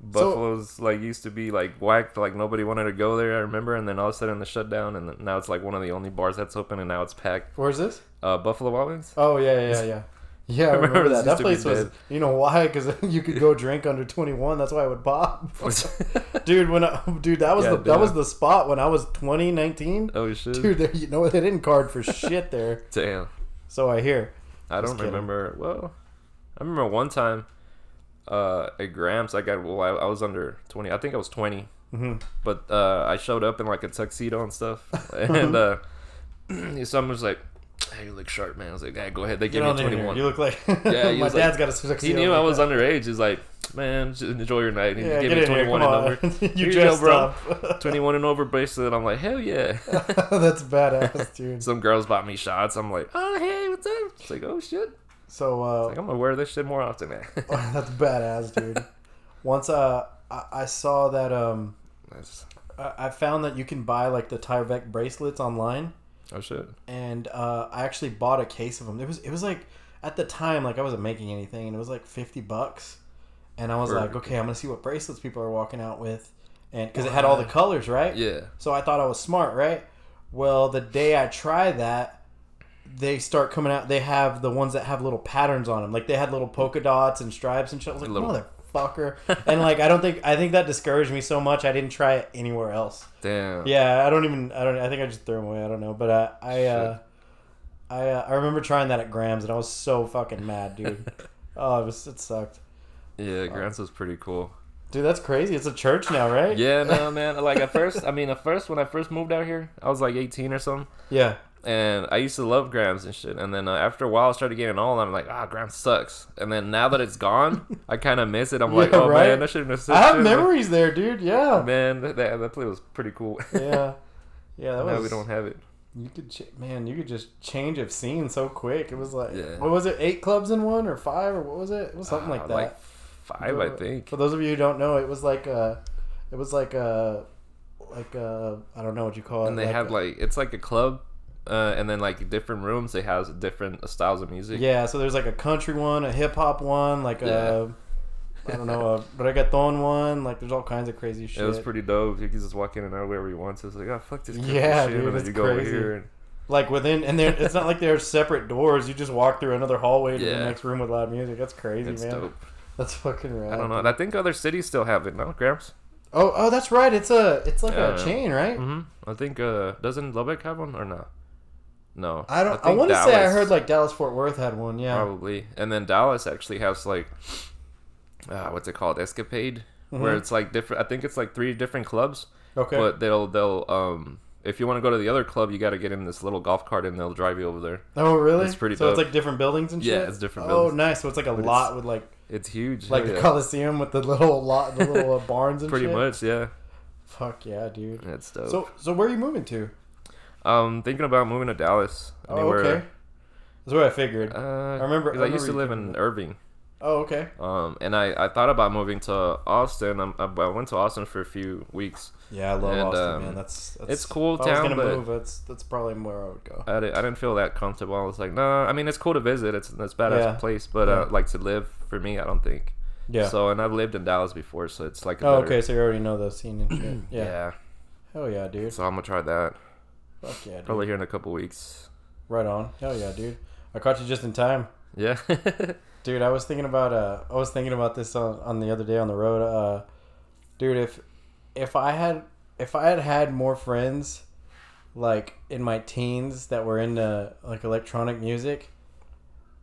B: Buffalo's like used to be like whacked like nobody wanted to go there I remember and then all of a sudden the shutdown and then now it's like one of the only bars that's open and now it's packed
A: Where's this?
B: uh, Buffalo Wild Wings
A: Oh yeah, yeah, yeah. Yeah, I
B: remember
A: remember
B: this
A: that. That
B: used to be
A: place was,
B: dead.
A: you know, why? Because you could go drink under twenty one. That's why it would pop, dude. When I, dude, that was
B: Yeah,
A: the that
B: dude.
A: was the spot when I was 20, 19.
B: oh shit
A: Dude, there, you know what? They didn't card for shit there.
B: damn
A: So I hear.
B: I
A: Just
B: don't
A: kidding.
B: remember. Well, I remember one time uh, at Gramps, I got well, I, I was under twenty. I think I was 20
A: Mhm.
B: but uh, I showed up in like a tuxedo and stuff, and uh, someone was like, "Hey, you look sharp, man." I was like, "Yeah, go ahead." They
A: Get
B: gave
A: on
B: me
A: there.
B: twenty
A: You
B: one.
A: look like
B: Yeah, he
A: my
B: was like-
A: dad's got a tuxedo.
B: He knew I
A: like
B: was
A: that.
B: underage. He's like, "Man, just enjoy your night." He
A: Yeah,
B: gave
A: get
B: me
A: in
B: twenty
A: here.
B: one
A: Come
B: and
A: on.
B: over.
A: you
B: Here you go,
A: dressed
B: bro.
A: up.
B: Twenty one and over bracelet. I'm like, "Hell yeah!"
A: That's badass, dude.
B: Some girls bought me shots. I'm like, "Oh hey, what's up?" It's like, "Oh shit!"
A: So
B: Like
A: uh,
B: I'm gonna wear this shit more often, man.
A: that's badass, dude. Once uh, I, I saw that um,
B: That's-
A: I I found that you can buy like the Tyvek bracelets online,
B: oh shit.
A: and uh, I actually bought a case of them. It was it was like at the time like I wasn't making anything, and it was like fifty bucks, and I was
B: Right.
A: like, okay, I'm gonna see what bracelets people are walking out with, and because it had all the colors, right?
B: Uh-huh. Yeah.
A: So I thought I was smart, right? Well, the day I try that, they start coming out. They have the ones that have little patterns on them, like they had little polka dots and stripes and shit. I was like,
B: Little-
A: motherfucker, and like I don't think I think that discouraged me so much. I didn't try it anywhere else.
B: Damn.
A: Yeah, I don't even. I don't. I think I just threw them away. I don't know. But uh, I, uh,
B: Shit.
A: I, uh, I remember trying that at Grams, and I was so fucking mad, dude. oh, it was. It sucked,
B: Yeah, Grants was pretty cool.
A: dude. That's crazy. It's a church now, right?
B: Yeah, no, man. Like at first, I mean, at first when I first moved out here, I was like 18 or something,
A: Yeah.
B: and I used to love Grams and shit. And then uh, after a while, I started getting old. I'm like, ah, Grams sucks. And then now that it's gone, I kind of miss it. I'm like,
A: Yeah,
B: oh
A: right?
B: man, I shouldn't have. said
A: I have
B: shit."
A: memories there, dude. Yeah.
B: Man, that, that, that play was pretty cool.
A: Yeah. Yeah. That
B: now
A: was.
B: we don't have it.
A: You could, ch- man, you could just change of scene so quick. It was like,
B: Yeah.
A: what was it? Eight clubs in one, or five, or what was it? It was something
B: Uh,
A: like that.
B: Like five, I
A: But-
B: think.
A: For those of you who don't know, it was like a, it was like a, like a, I don't know what you call it.
B: And they
A: like
B: have
A: a-
B: like it's like a club, uh, and then like different rooms. They have different uh, styles of music.
A: yeah. So there's like a country one, a hip hop one, like a, I don't know, a reggaeton one. Like there's all kinds of crazy shit.
B: It was pretty dope. You can just walk in and out wherever you want. So it's like, oh fuck this. creepy
A: Yeah,
B: shit.
A: dude,
B: and then
A: it's
B: you go over
A: crazy.
B: here and
A: like within, and there, it's not like they're separate doors. You just walk through another hallway to the
B: Yeah.
A: next room with loud music. That's crazy,
B: it's
A: man.
B: dope.
A: That's fucking rad.
B: I don't know. and I think other cities still have it. No, Gramps.
A: Oh, oh, that's right. It's a, it's like
B: Yeah,
A: a
B: yeah.
A: chain, right?
B: hmm I think uh, doesn't Lubbock have one or no? No.
A: I don't. I,
B: think
A: want to say I
B: Dallas
A: heard like Dallas Fort Worth had one. Yeah.
B: probably, and then Dallas actually has like, uh, what's it called? Escapade, where
A: Mhm.
B: it's like different. I think it's like three different clubs,
A: Okay.
B: but they'll they'll um. If you want to go to the other club, you got to get in this little golf cart and they'll drive you over there.
A: Oh, really?
B: It's pretty
A: So it's
B: dope.
A: like different buildings and shit.
B: Yeah, it's different
A: Oh,
B: buildings.
A: nice. So it's like a
B: But
A: lot with like
B: It's huge.
A: like
B: hell
A: the
B: yeah.
A: Coliseum with the little lot, the little uh, barns and
B: pretty
A: shit.
B: much, yeah.
A: Fuck yeah, dude.
B: That's dope.
A: So so where are you moving to?
B: um, thinking about moving to Dallas.
A: Oh, okay. That's what I figured.
B: Uh, I
A: remember- I
B: I
A: remember
B: used to
A: you
B: live
A: talking
B: in Irving.
A: oh, okay.
B: Um, and I, I thought about moving to Austin. I'm, I I went to Austin for a few weeks.
A: Yeah, I love
B: And,
A: Austin,
B: um,
A: man. That's, that's
B: it's cool
A: if I was
B: town,
A: gonna
B: but-
A: move. That's that's probably where I would go.
B: I, di- I didn't feel that comfortable. I was like, nah. I mean, it's cool to visit. It's it's a badass
A: Yeah.
B: place, but uh, like to live for me, I don't think.
A: Yeah.
B: So and I've lived in Dallas before, so it's like. A
A: oh,
B: better-
A: okay. So you already know the scene and shit. Yeah.
B: Yeah.
A: Hell yeah, dude.
B: So I'm gonna try that
A: Fuck yeah, dude.
B: probably here in a couple weeks.
A: Right on. Hell yeah, dude. I caught you just in time.
B: Yeah.
A: Dude, I was thinking about uh, I was thinking about this on, on the other day on the road. Uh, dude, if if I had if I had had more friends, like in my teens that were into like electronic music,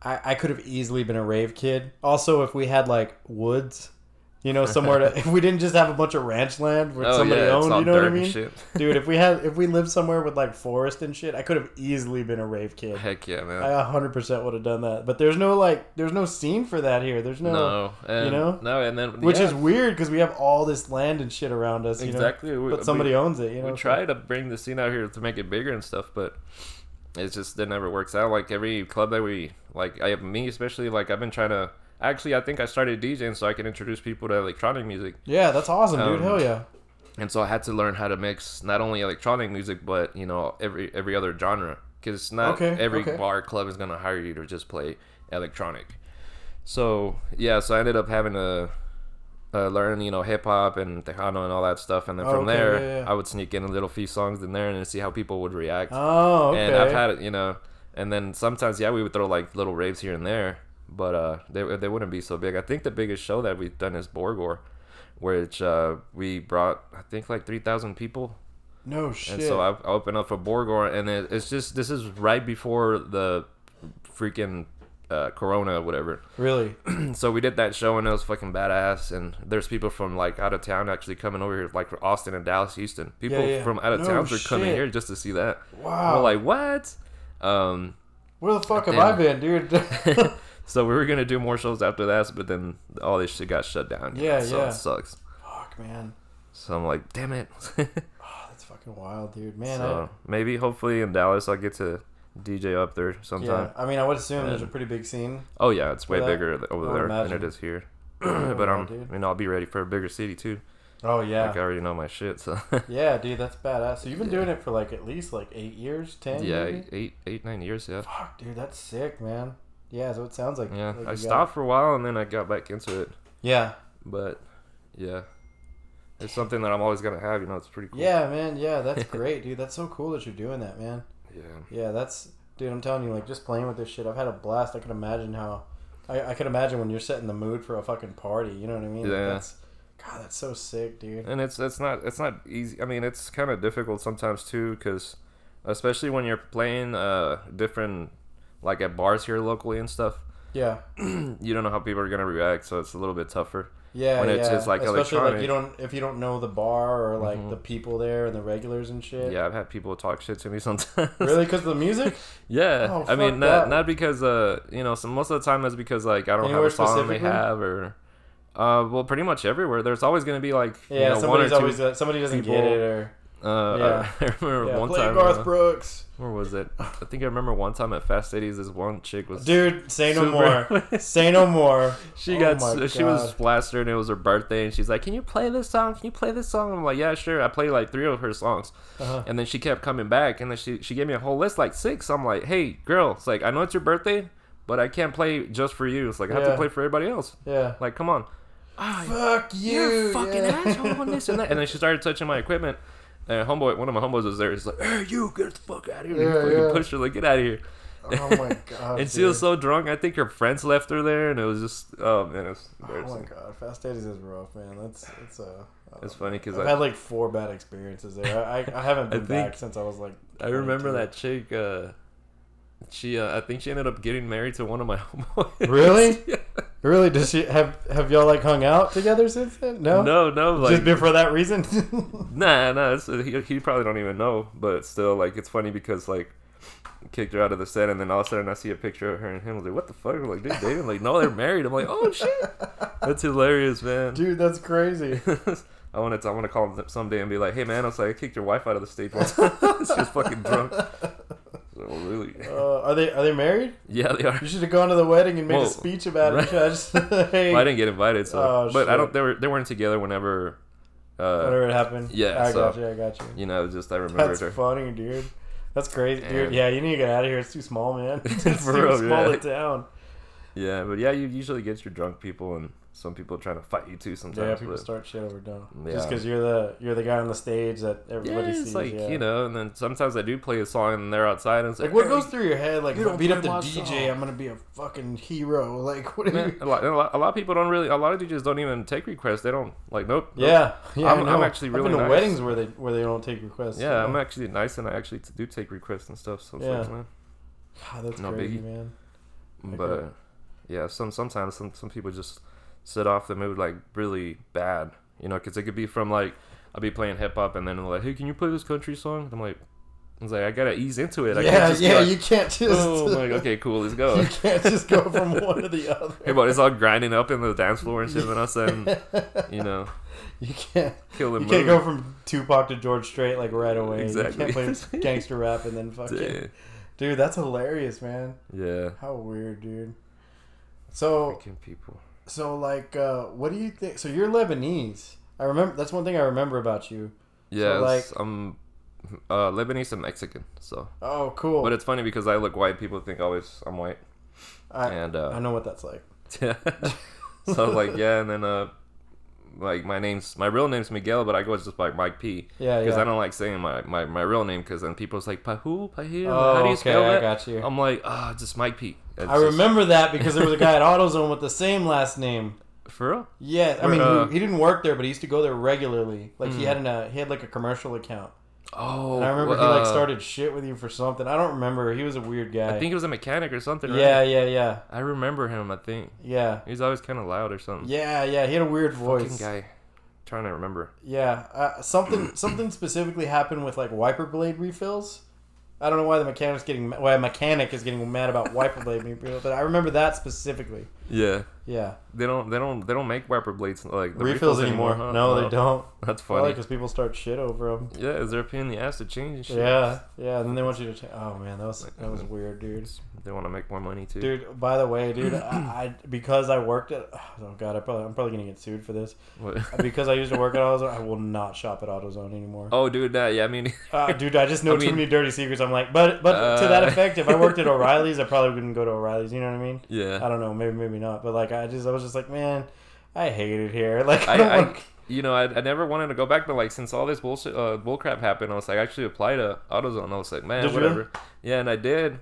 A: I I could have easily been a rave kid. Also, if we had like woods, you know, somewhere to if we didn't just have a bunch of ranch land where
B: oh
A: somebody
B: yeah, it's
A: owned,
B: all
A: you know what I
B: dirt and
A: mean?
B: shit.
A: Dude, if we had if we lived somewhere with like forest and shit, I could have easily been a rave kid.
B: Heck yeah, man.
A: I 100% would have done that. But there's no like there's no scene for that here. There's no,
B: no, and,
A: know?
B: no, and then
A: which
B: yeah,
A: is weird cuz we have all this land and shit around us, you
B: exactly.
A: know.
B: we-
A: But somebody
B: we,
A: owns it, you know.
B: we try to bring the scene out here to make it bigger and stuff, but it just that never works out. Like every club that we like, I me especially. Like I've been trying to. Actually, I think I started DJing so I can introduce people to electronic music,
A: Yeah, that's awesome, dude.
B: Um,
A: Hell yeah.
B: and so I had to learn how to mix not only electronic music but you know every every other genre because not
A: Okay,
B: every
A: okay.
B: bar club is gonna hire you to just play electronic. So yeah, so I ended up having to uh, learn you know hip hop and tejano and all that stuff, and then
A: Oh,
B: from
A: okay,
B: there
A: yeah, yeah.
B: I would sneak in a little few songs in there and see how people would react.
A: Oh, okay.
B: And I've had it, you know, and then sometimes yeah we would throw like little raves here and there, but uh they they wouldn't be so big. I think the biggest show that we've done is Borgor, which uh we brought I think like three thousand people
A: no shit.
B: and so I, I open up for Borgor, and it, it's just this is right before the freaking uh, Corona, whatever.
A: really?
B: so we did that show, and it was fucking badass. And there's people from like out of town actually coming over here, like Austin and Dallas, Houston. People
A: Yeah, yeah.
B: from out of
A: No
B: towns are coming
A: shit.
B: here just to see that.
A: Wow.
B: We're like, what? Um,
A: Where the fuck have I
B: Damn.
A: been, dude?
B: so we were gonna do more shows after that, but then all this shit got shut down. you
A: Yeah,
B: know, so
A: yeah.
B: it sucks.
A: fuck, man.
B: So I'm like, damn it.
A: Oh, that's fucking wild, dude. Man,
B: so maybe hopefully in Dallas I'll get to DJ up there
A: I,
B: sometime.
A: yeah. I mean, I would assume there's a
B: And-
A: pretty big scene.
B: Oh yeah, it's way
A: Well, that-
B: bigger th-
A: I
B: over
A: would
B: there
A: imagine.
B: than it is here.
A: Oh,
B: but
A: yeah,
B: um,
A: dude.
B: I mean, I'll be ready for a bigger city too.
A: Oh yeah.
B: Like I already know my shit, so
A: Yeah, dude, that's badass. So you've been
B: Yeah.
A: doing it for like at least like 8 years, 10
B: yeah,
A: maybe?
B: eight, eight, eight, nine years. Yeah,
A: Fuck, dude, that's sick, man. Yeah, so it sounds like.
B: yeah.
A: like you
B: I
A: got-
B: stopped for a while and then I got back into it,
A: Yeah,
B: but yeah, it's something that I'm always gonna have. You know, it's pretty cool.
A: yeah, man. Yeah, that's great, dude. That's so cool that you're doing that, man.
B: yeah.
A: Yeah, that's dude. I'm telling you, like just playing with this shit, I've had a blast. I can imagine how, I, I could imagine when you're setting the mood for a fucking party. You know what I mean? Like,
B: Yeah.
A: That's, God, that's so sick, dude.
B: and it's it's not it's not easy. I mean, it's kind of difficult sometimes too, because especially when you're playing uh different like at bars here locally and stuff,
A: Yeah,
B: you don't know how people are gonna react, so it's a little bit tougher.
A: yeah,
B: When
A: yeah.
B: it's just, like,
A: especially like you
B: electronic.
A: don't if you don't know the bar or like
B: Mhm.
A: the people there and the regulars and shit.
B: Yeah, I've had people talk shit to me sometimes.
A: Really, because of the music?
B: Yeah,
A: Oh,
B: I
A: fuck
B: mean,
A: that.
B: not, not because uh, you know, so most of the time it's because like I don't
A: Anywhere
B: have a song they
A: specifically?
B: have, or uh, well, pretty much everywhere. There's always gonna be like
A: Yeah,
B: you know, one or
A: somebody's
B: two.
A: always uh, somebody doesn't get
B: people-
A: it or
B: Uh,
C: Yeah.
B: I, I remember
C: Yeah,
B: one
A: Play
B: time.
A: Garth
B: uh,
A: Brooks.
B: where was it? I think I remember one time at Fast Eighties, this one chick was.
A: Dude, say no
B: super-
A: more. say no more.
B: She
C: Oh
B: got
C: my
B: she was
C: God.
B: plastered and it was her birthday and she's like, "Can you play this song? Can you play this song?" I'm like, "Yeah, sure." I played like three of her songs,
A: Uh-huh.
B: and then she kept coming back and then she she gave me a whole list like six. I'm like, "Hey, girl, it's like I know it's your birthday, but I can't play just for you. It's like I have
A: Yeah.
B: to play for everybody else.
A: Yeah.
B: Like, come on." Ah,
A: Fuck you.
B: you're a fucking
A: yeah.
B: asshole on this and that. And then she started touching my equipment. And homeboy, one of my homeboys was there. He's like, "Hey, you get the fuck out of here!"
A: Yeah,
B: and he fucking
A: yeah.
B: pushed her like, "Get out of here!"
A: Oh my god.
B: and she
A: dude.
B: was so drunk. I think her friends left her there, and it was just, oh man, it was
A: Oh my
B: embarrassing.
A: god, Fast Eighties is rough, man. That's that's uh. I don't
B: it's funny because
A: know. I've
B: I,
A: had like four bad experiences there. I, I, I haven't
B: I
A: been back
B: think-
A: since I was like.
B: I remember
A: 22.
B: that chick. Uh, she, uh, I think she ended up getting married to one of my homeboys.
A: Really?
B: Yeah.
A: Really? Does she have have y'all like hung out together since then? No.
B: No, no, like
A: Just been for that reason.
B: Nah, nah. It's, uh, he, he probably don't even know, but still, like, it's funny because like, kicked her out of the set, and then all of a sudden I see a picture of her and him. I was like, what the fuck? I'm like, dude, David, like, no, they're married. I'm like, oh shit, that's hilarious, man.
A: Dude, that's crazy.
B: I want to, I want to call him someday and be like, hey man, I was like, I kicked your wife out of the state once. she was fucking drunk. So really,
A: Uh, are they are they married?
B: yeah, they are.
A: You should have gone to the wedding and made
B: Whoa.
A: a speech about
B: Right.
A: it. I just, hey,
B: Well, I didn't get invited, so.
A: Oh,
B: but I
A: shit.
B: don't. They were, they weren't together whenever. Uh,
A: whatever it happened.
B: yeah,
A: I
B: so-
A: got you. I got you.
B: you know, just I remembered
A: That's
B: her.
A: funny, dude. That's crazy, dude.
B: And-
A: Yeah, you need to get out of here. It's too small, man. It's too
B: For real,
A: small
B: yeah.
A: a town.
B: Yeah, but yeah, you usually get your drunk people and some people trying to fight you too sometimes.
A: Yeah, people
B: but-
A: start shit over dumb.
B: Yeah.
A: Just because you're the you're the guy on the stage that
B: yeah,
A: everybody
B: it's
A: sees.
B: like
A: yeah.
B: you know, and then sometimes I do play a song and they're outside and it's like,
A: Like what
B: "Hey,
A: goes through your head? Like
B: you
A: if I
B: don't
A: beat up the
B: play my
A: DJ,
B: song.
A: I'm gonna be a fucking hero. Like what? Are
B: man?"
A: you...
B: a, lot, a, lot, a lot of people don't really, a lot of DJs don't even take requests. They don't like, nope. nope.
A: Yeah, yeah.
B: I'm-
A: I
B: I'm
A: know.
B: actually
A: I've
B: really
A: been to
B: nice.
A: weddings where they where they don't take requests.
B: Yeah,
A: you
B: I'm
A: know?
B: actually nice and I actually t- do take requests and stuff. So it's
A: Yeah.
B: like, man.
A: God, Ah, that's
B: No
A: crazy,
B: biggie.
A: man. Okay.
B: but uh, yeah, some sometimes some some people just sit off the mood like really bad, you know, because it could be from like I'll be playing hip hop and then they're like, hey, can you play this country song? I'm like, I was like, I gotta ease into it. I can't
A: Yeah,
B: just be
A: yeah.
B: like,
A: You can't just.
B: Oh, I'm like, okay, cool, let's go.
A: you can't just go from one to the other.
B: Everybody's all grinding up in the dance floor and shit, and us and you know,
A: You can't.
B: kill the
A: You
B: mood.
A: can't go from Tupac to George Strait like right away.
B: Exactly.
A: You can't play gangster rap and then fucking
B: Damn.
A: dude. That's hilarious, man.
B: yeah,
A: How weird, dude. So
B: freaking people.
A: so like, uh, what do you think? So you're Lebanese. I remember that's one thing I remember about you.
B: Yeah,
A: like-
B: it's- I'm uh, Lebanese and Mexican, so.
A: Oh, cool.
B: But it's funny because I look white. People think always I'm white,
A: I,
B: and uh,
A: I know what that's like.
B: Yeah. so like yeah, and then uh, like my name's my real name's Miguel, but I go just by Mike P
A: Yeah,
B: because
A: yeah.
B: I don't like saying my, my, my real name because then people's like Pahu Pahil.
A: oh,
B: how do you
A: okay,
B: spell
A: I
B: that?
A: got you.
B: I'm like ah, just Mike P. It's
A: I
B: just-
A: remember that because there was a guy at AutoZone with the same last name.
B: for real.
A: Yeah, I
B: Or,
A: mean,
B: uh, Hmm.
A: he, he didn't work there, but he used to go there regularly. Like he had an uh, he had like a commercial account.
B: Oh,
A: And I remember
B: uh,
A: he like started shit with you for something. I don't remember. He was a weird guy.
B: I think he was a mechanic or something. Right?
A: yeah, yeah, yeah,
B: I remember him. I think
A: yeah,
B: he was always kind of loud or something.
A: yeah, yeah. He had a weird
B: Fucking
A: voice.
B: guy. Trying to remember.
A: Yeah, uh, something something specifically happened with like wiper blade refills. I don't know why the mechanic's getting ma- why a mechanic is getting mad about wiper blade refills, but I remember that specifically.
B: Yeah.
A: Yeah,
B: They don't. They don't. They don't make wiper blades like the
A: refills, anymore?
B: huh?
A: No,
B: Oh,
A: they don't.
B: That's
A: Probably
B: funny.
A: because people start shit over them.
B: Yeah, is there a pain in the ass to change and shit?
A: Yeah,
B: uh,
A: yeah, and then they want you to. T- oh man, that was that was weird, dude.
B: They want to make more money too.
A: Dude, by the way, dude, I, I because I worked at oh god, I probably I'm probably gonna get sued for this Uh,
B: What?
A: because I used to work at AutoZone. I will not shop at AutoZone anymore.
B: Oh, dude, that yeah. I mean,
A: Uh, dude, I just know
B: I
A: too
B: mean-
A: many dirty secrets. I'm like, but but to that
B: Uh,
A: effect, if I worked at O'Reilly's, I probably wouldn't go to O'Reilly's. You know what I mean? I
B: yeah.
A: don't know, maybe maybe not, but like I just I was just like, man, I hate it here. Like I,
B: I,
A: don't
B: I
A: want-
B: you know, I, I never wanted to go back, but like since all this bullshit, uh, bullcrap happened, I was like, I actually applied to AutoZone. I was like, man,
A: Did you
B: whatever. Yeah, and I did,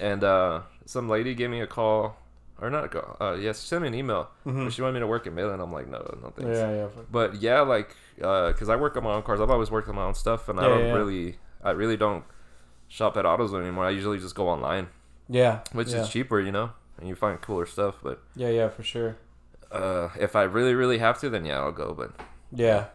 B: and uh, some lady gave me a call, or not a call. Uh, yes, she sent me an email.
A: Mhm.
B: But she wanted me to work at Midland. I'm like, no, no thanks.
A: yeah yeah. fuck.
B: But yeah, like, because I work on my own cars. I've always worked on my own stuff, and I
A: Yeah,
B: don't
A: yeah.
B: really, I really don't shop at AutoZone anymore. I usually just go online,
A: Yeah,
B: which
A: yeah.
B: is cheaper, you know, and you find cooler stuff, but.
A: yeah, yeah, for sure.
B: Uh, if I really, really have to, then yeah, I'll go. But
A: Yeah.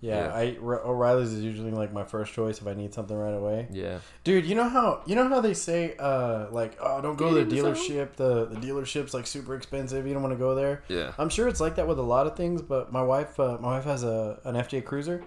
A: Yeah,
B: Yeah.
A: I R- O'Reilly's is usually like my first choice if I need something right away.
B: yeah,
A: Dude, you know how you know how they say uh like oh don't go to the
B: Dealers
A: dealership the the dealership's like super expensive you don't want to go there.
B: yeah,
A: I'm sure it's like that with a lot of things, but my wife uh, my wife has a an FJ Cruiser,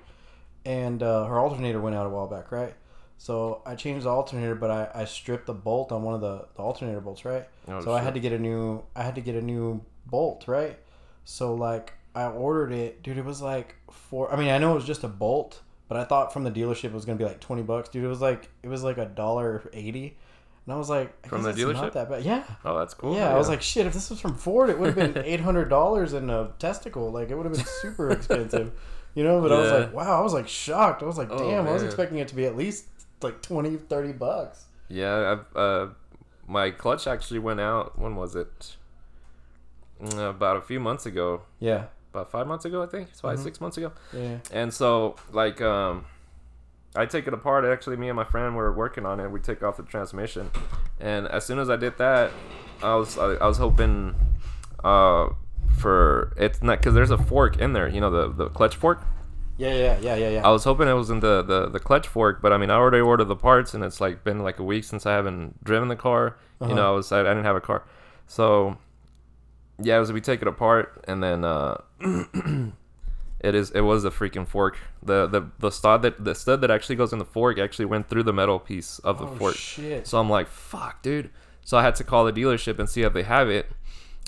A: and uh, her alternator went out a while back, right? So I changed the alternator, but I, I stripped the bolt on one of the, the alternator bolts, right?
B: Oh,
A: so I had to get a new I had to get a new bolt, right? So like I ordered it, dude. It was like four. I mean, I know it was just a bolt, but I thought from the dealership it was gonna be like twenty bucks, dude. It was like it was like a dollar eighty, and I was like, I
B: From
A: guess
B: the
A: it's not
B: dealership?
A: that bad. Yeah,
B: Oh, that's cool.
A: yeah, I was like, shit, if this was from Ford, it would have been eight hundred dollars and a testicle. Like it would have been super expensive, you know. But I was
B: Yeah.
A: like, wow, I was like shocked. I was like,
B: Oh,
A: damn, I was
B: man.
A: expecting it to be at least like 20 30 bucks.
B: Yeah, I've, uh, my clutch actually went out. When was it? Uh, About a few months ago,
A: Yeah,
B: about five months ago, I think. It's 5
A: Mm-hmm.
B: six months ago.
A: yeah,
B: And so, like, um, I take it apart. Actually, me and my friend were working on it. We take off the transmission, and as soon as I did that, I was I, I was hoping uh, for it's not because there's a fork in there. You know the the clutch fork.
A: yeah, yeah, yeah, yeah, yeah.
B: I was hoping it was in the, the, the clutch fork, but I mean, I already ordered the parts, and it's like been like a week since I haven't driven the car.
A: Uh-huh.
B: You know, I was I, I didn't have a car, so yeah, it was we take it apart, and then uh, it is it was a freaking fork. The the the stud that the stud that actually goes in the fork actually went through the metal piece of the
A: Oh,
B: fork.
A: shit.
B: So I'm like, fuck, dude. So I had to call the dealership and see if they have it.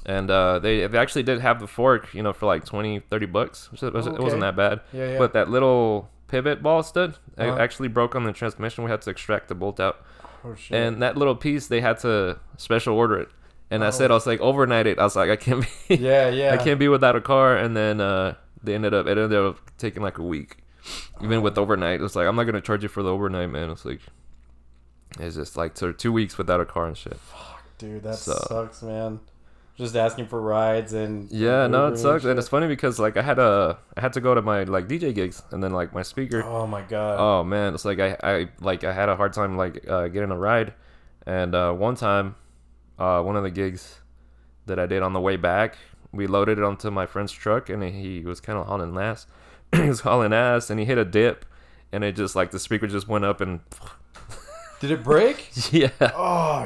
B: And uh, they, they actually did have the fork, you know, for like 20, 30 bucks. Which it, was, it wasn't
A: Okay.
B: that bad.
A: Yeah, yeah.
B: But that little pivot ball stud it
A: Uh-huh.
B: actually broke on the transmission. We had to extract the bolt out.
A: Oh shit.
B: And that little piece, they had to special order it. And I said, I was like, overnight it. I was like, I can't be,
A: yeah, Oh. yeah.
B: I can't be without a car. And then uh, they ended up, it ended up taking like a week. Even
A: Oh.
B: with overnight, it's like, I'm not going to charge you for the overnight, man. It's like, it's just like so two weeks without a car and shit.
A: Dude, that
B: So-
A: sucks, man. Just asking for rides and
B: Yeah, no,
A: Uber
B: it sucks,
A: and
B: and it's funny because like I had a, I had to go to my like DJ gigs, and then like my
A: shit.
B: speaker.
A: Oh my god.
B: Oh man, it's like I, I like I had a hard time like uh, getting a ride, and uh, one time, uh, one of the gigs that I did on the way back, we loaded it onto my friend's truck, and he was kind of hauling ass. he was hauling ass, and he hit a dip, and it just like the speaker just went up and
A: Did it break?
B: yeah.
A: Oh,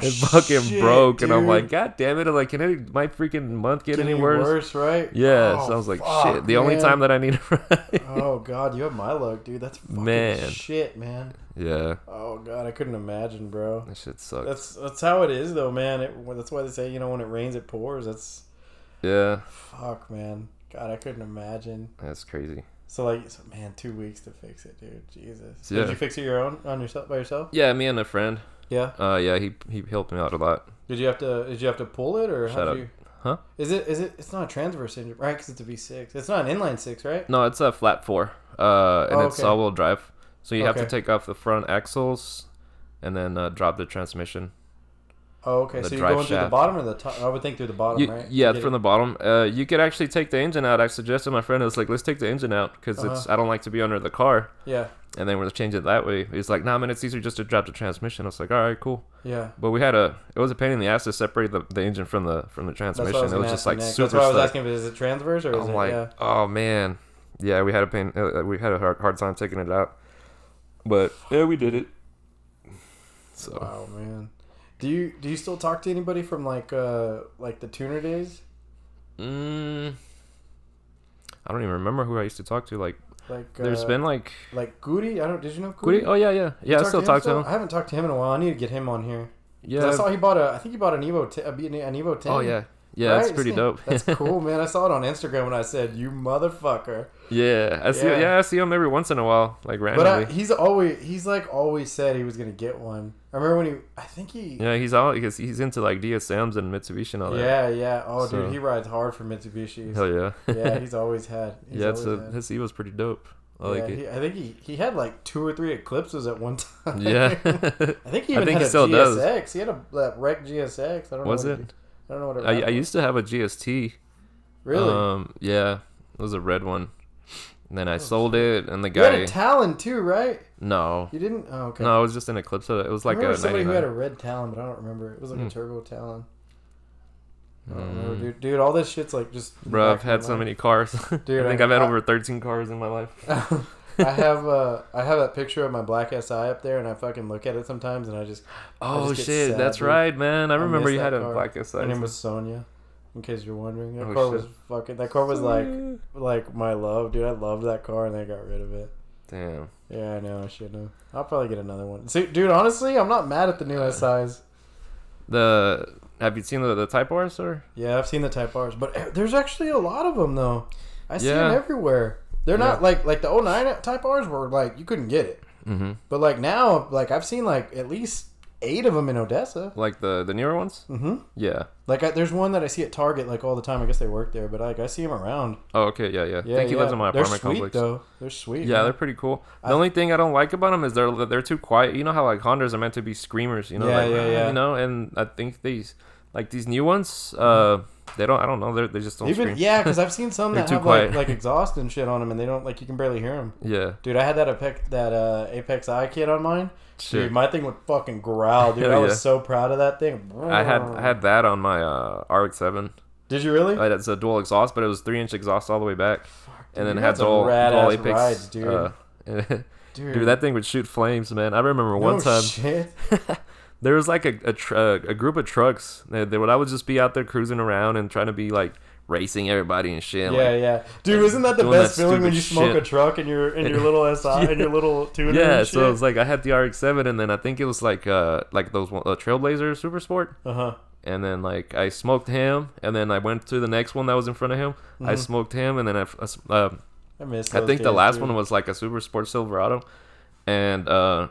B: Uh, It fucking
A: shit,
B: broke, and I'm
A: dude.
B: like, God damn it! I'm like, can it, my freaking month get,
A: Getting
B: any worse?
A: right?
B: Yeah,
A: Oh,
B: so I was like,
A: fuck,
B: shit. The only
A: man.
B: time that I need a ride.
A: Oh god, you have my luck, dude. That's fucking
B: Man.
A: shit, man.
B: yeah,
A: Oh god, I couldn't imagine, bro.
B: that shit sucks.
A: That's that's how it is, though, man. It, that's why they say, you know, when it rains, it pours. That's
B: yeah,
A: fuck, man. God, I couldn't imagine.
B: that's crazy.
A: So like, so, man, two weeks to fix it, dude. Jesus.
B: Yeah.
A: Did you fix it your own on yourself by yourself?
B: Yeah, me and a friend.
A: Yeah.
B: Uh, yeah, he he helped me out a lot.
A: Did you have to? Did you have to pull it or?
B: Shut
A: how
B: up.
A: did You,
B: Huh?
A: Is it? Is it? It's not a transverse engine, right? Because it's a V six. It's not an inline six, right?
B: No, it's a flat four. Uh, and
A: Oh,
B: it's
A: okay.
B: all wheel drive. So you have to
A: Okay.
B: take off the front axles, and then uh, drop the transmission.
A: Oh, okay.
B: The
A: so you're
B: drive
A: going through the
B: shaft.
A: bottom or the top? I would think through the bottom,
B: You-
A: right?
B: Yeah,
A: To get
B: from
A: it-
B: the bottom. Uh, you could actually take the engine out. I suggested my friend. I was like, let's take the engine out because
A: Uh-huh.
B: it's I don't like to be under the car.
A: Yeah,
B: And then we'll change it that way. He's like, nah, man, it's easier just to drop the transmission. I was like, all right, cool.
A: yeah.
B: But we had a it was a pain in the ass to separate the, the engine from the from the
A: That's
B: transmission.
A: what I was,
B: it
A: gonna
B: was
A: ask
B: just like
A: you next.
B: super
A: That's why I was
B: stuck.
A: asking if is it transverse or is
B: I'm
A: it?
B: like,
A: yeah.
B: oh man, yeah, we had a pain. Uh, we had a hard, hard time taking it out, but yeah, we did it. So
A: Wow, man. Do you do you still talk to anybody from like uh like the tuner days?
B: mm, I don't even remember who I used to talk to. Like,
A: Like uh,
B: there's been like
A: like Goody. I don't. Did you know Goody?
B: Quiddy? Oh yeah, yeah, yeah. I still talk to him.
A: I haven't talked to him in a while. I need to get him on here. 'Cause I
B: Yeah.
A: saw he bought a. I think he bought an Evo. T- an Evo ten.
B: Oh yeah, yeah.
A: Right?
B: It's pretty
A: Isn't it-
B: dope.
A: That's cool, man. I saw it on Instagram when I said, "You motherfucker."
B: yeah, I see.
A: Yeah.
B: Yeah. I see him every once in a while, like
A: But I,
B: randomly.
A: he's always he's like always said he was gonna get one. I remember when he. I think he. Yeah,
B: yeah, he's all because he's into like DSMs and Mitsubishi and all that.
A: yeah. Oh,
B: So-
A: dude, he rides hard for Mitsubishi.
B: Hell yeah.
A: yeah, he's always had. He's
B: yeah, it's a,
A: always had.
B: his Evo's pretty dope. I like
A: yeah,
B: it.
A: He, I think he, he had like two or three eclipses at one time.
B: yeah.
A: I think he
B: I
A: even
B: think
A: had
B: he
A: a
B: still does.
A: GSX. He had a that wrecked GSX. I don't
B: Was
A: know.
B: it?
A: what I don't know what it
B: I, I
A: was.
B: used to have a GST.
A: really.
B: Um, yeah, it was a red one. And then I sold it, and the
A: Oh, you had
B: guy
A: a Talon too, right?
B: no,
A: You didn't. Oh, okay.
B: no, it was just an Eclipse. It was like
A: I
B: a Hmm.
A: remember somebody
B: 99.
A: who had a red Talon, but I don't remember. It was like a turbo Talon. I don't remember, dude. Dude, all this shit's like just. in the
B: Bro,
A: back
B: Mm. Hmm.
A: of
B: I've had
A: my
B: so
A: mind.
B: many cars.
A: Dude, I-
B: I think I, have had
A: I-
B: over 13 cars in my life.
A: I have uh, I have that picture of my black SI up there, and I fucking look at it sometimes, and I just.
B: Oh
A: just get
B: shit,
A: sad,
B: that's
A: dude.
B: right, man. I remember
A: miss
B: you
A: that
B: had a
A: car.
B: black SI.
A: Her name was Sonia. In case you're wondering, that
B: Oh,
A: car
B: shit.
A: was fucking. That car was like like my love, dude. I loved that car, and I got rid of it.
B: Damn.
A: Yeah, I know. I should know. I'll probably get another one. See, dude, honestly, I'm not mad at the new SIs.
B: The have you seen the, the Type R, sir?
A: Yeah, I've seen the Type R's, but e, there's actually a lot of them though. I see them
B: Yeah.
A: everywhere. They're
B: Yeah.
A: not like like the 09 Type R's were like you couldn't get it,
B: Mm-hmm.
A: but like now, like I've seen like at least eight of them in Odessa.
B: Like the the newer ones?
A: Mm-hmm.
B: Yeah.
A: Like I, there's one that I see at Target like all the time. I guess they work there, but like I see them around.
B: Oh, okay. Yeah, yeah.
A: Yeah,
B: I think he
A: yeah.
B: lives in my
A: They're
B: apartment
A: sweet,
B: complex.
A: Though they're sweet.
B: Yeah,
A: man.
B: they're pretty cool. The
A: I-
B: only thing I don't like about them is they're they're too quiet. You know how like Hondas are meant to be screamers. You know,
A: Yeah,
B: like,
A: yeah, yeah.
B: You know, and I think these like these new ones, uh, they don't. I don't know. They they just don't
A: even
B: scream.
A: yeah, because I've seen some
B: They're
A: that
B: too
A: have like,
B: quiet.
A: like exhaust and shit on them, and they don't like you can barely hear them.
B: Yeah.
A: Dude, I had that Apex, that uh, Apex Eye kit on mine.
B: Sure.
A: Dude, my thing would fucking growl, dude.
B: Hell
A: I was
B: yeah.
A: so proud of that thing.
B: I had I had that on my uh, RX-7.
A: Did you really?
B: Uh, It's a dual exhaust, but it was three inch exhaust all the way back, and then
A: you
B: it
A: had
B: had
A: some
B: dual, dual
A: rad-ass
B: apex.
A: rides, dude.
B: uh, dude, that thing would shoot flames, man. I remember one
A: No
B: time.
A: Shit.
B: there was like a a, tr- uh, a group of trucks that, that would I would just be out there cruising around and trying to be like racing everybody and shit.
A: Yeah,
B: like,
A: yeah. Dude, isn't that the
B: doing that
A: best feeling when
B: stupid
A: you smoke
B: shit.
A: a truck and your in your little SI and your little tuner?
B: yeah.
A: and
B: So it
A: shit?
B: was like I had the RX-7, and then I think it was like uh like those one- uh, Trailblazer Super Sport,
A: uh huh.
B: and then like I smoked him, and then I went to the next one that was in front of him. I smoked him, and then I, f- I s- uh,
A: I missed.
B: I think the last one was like a Super Sport Silverado, and uh,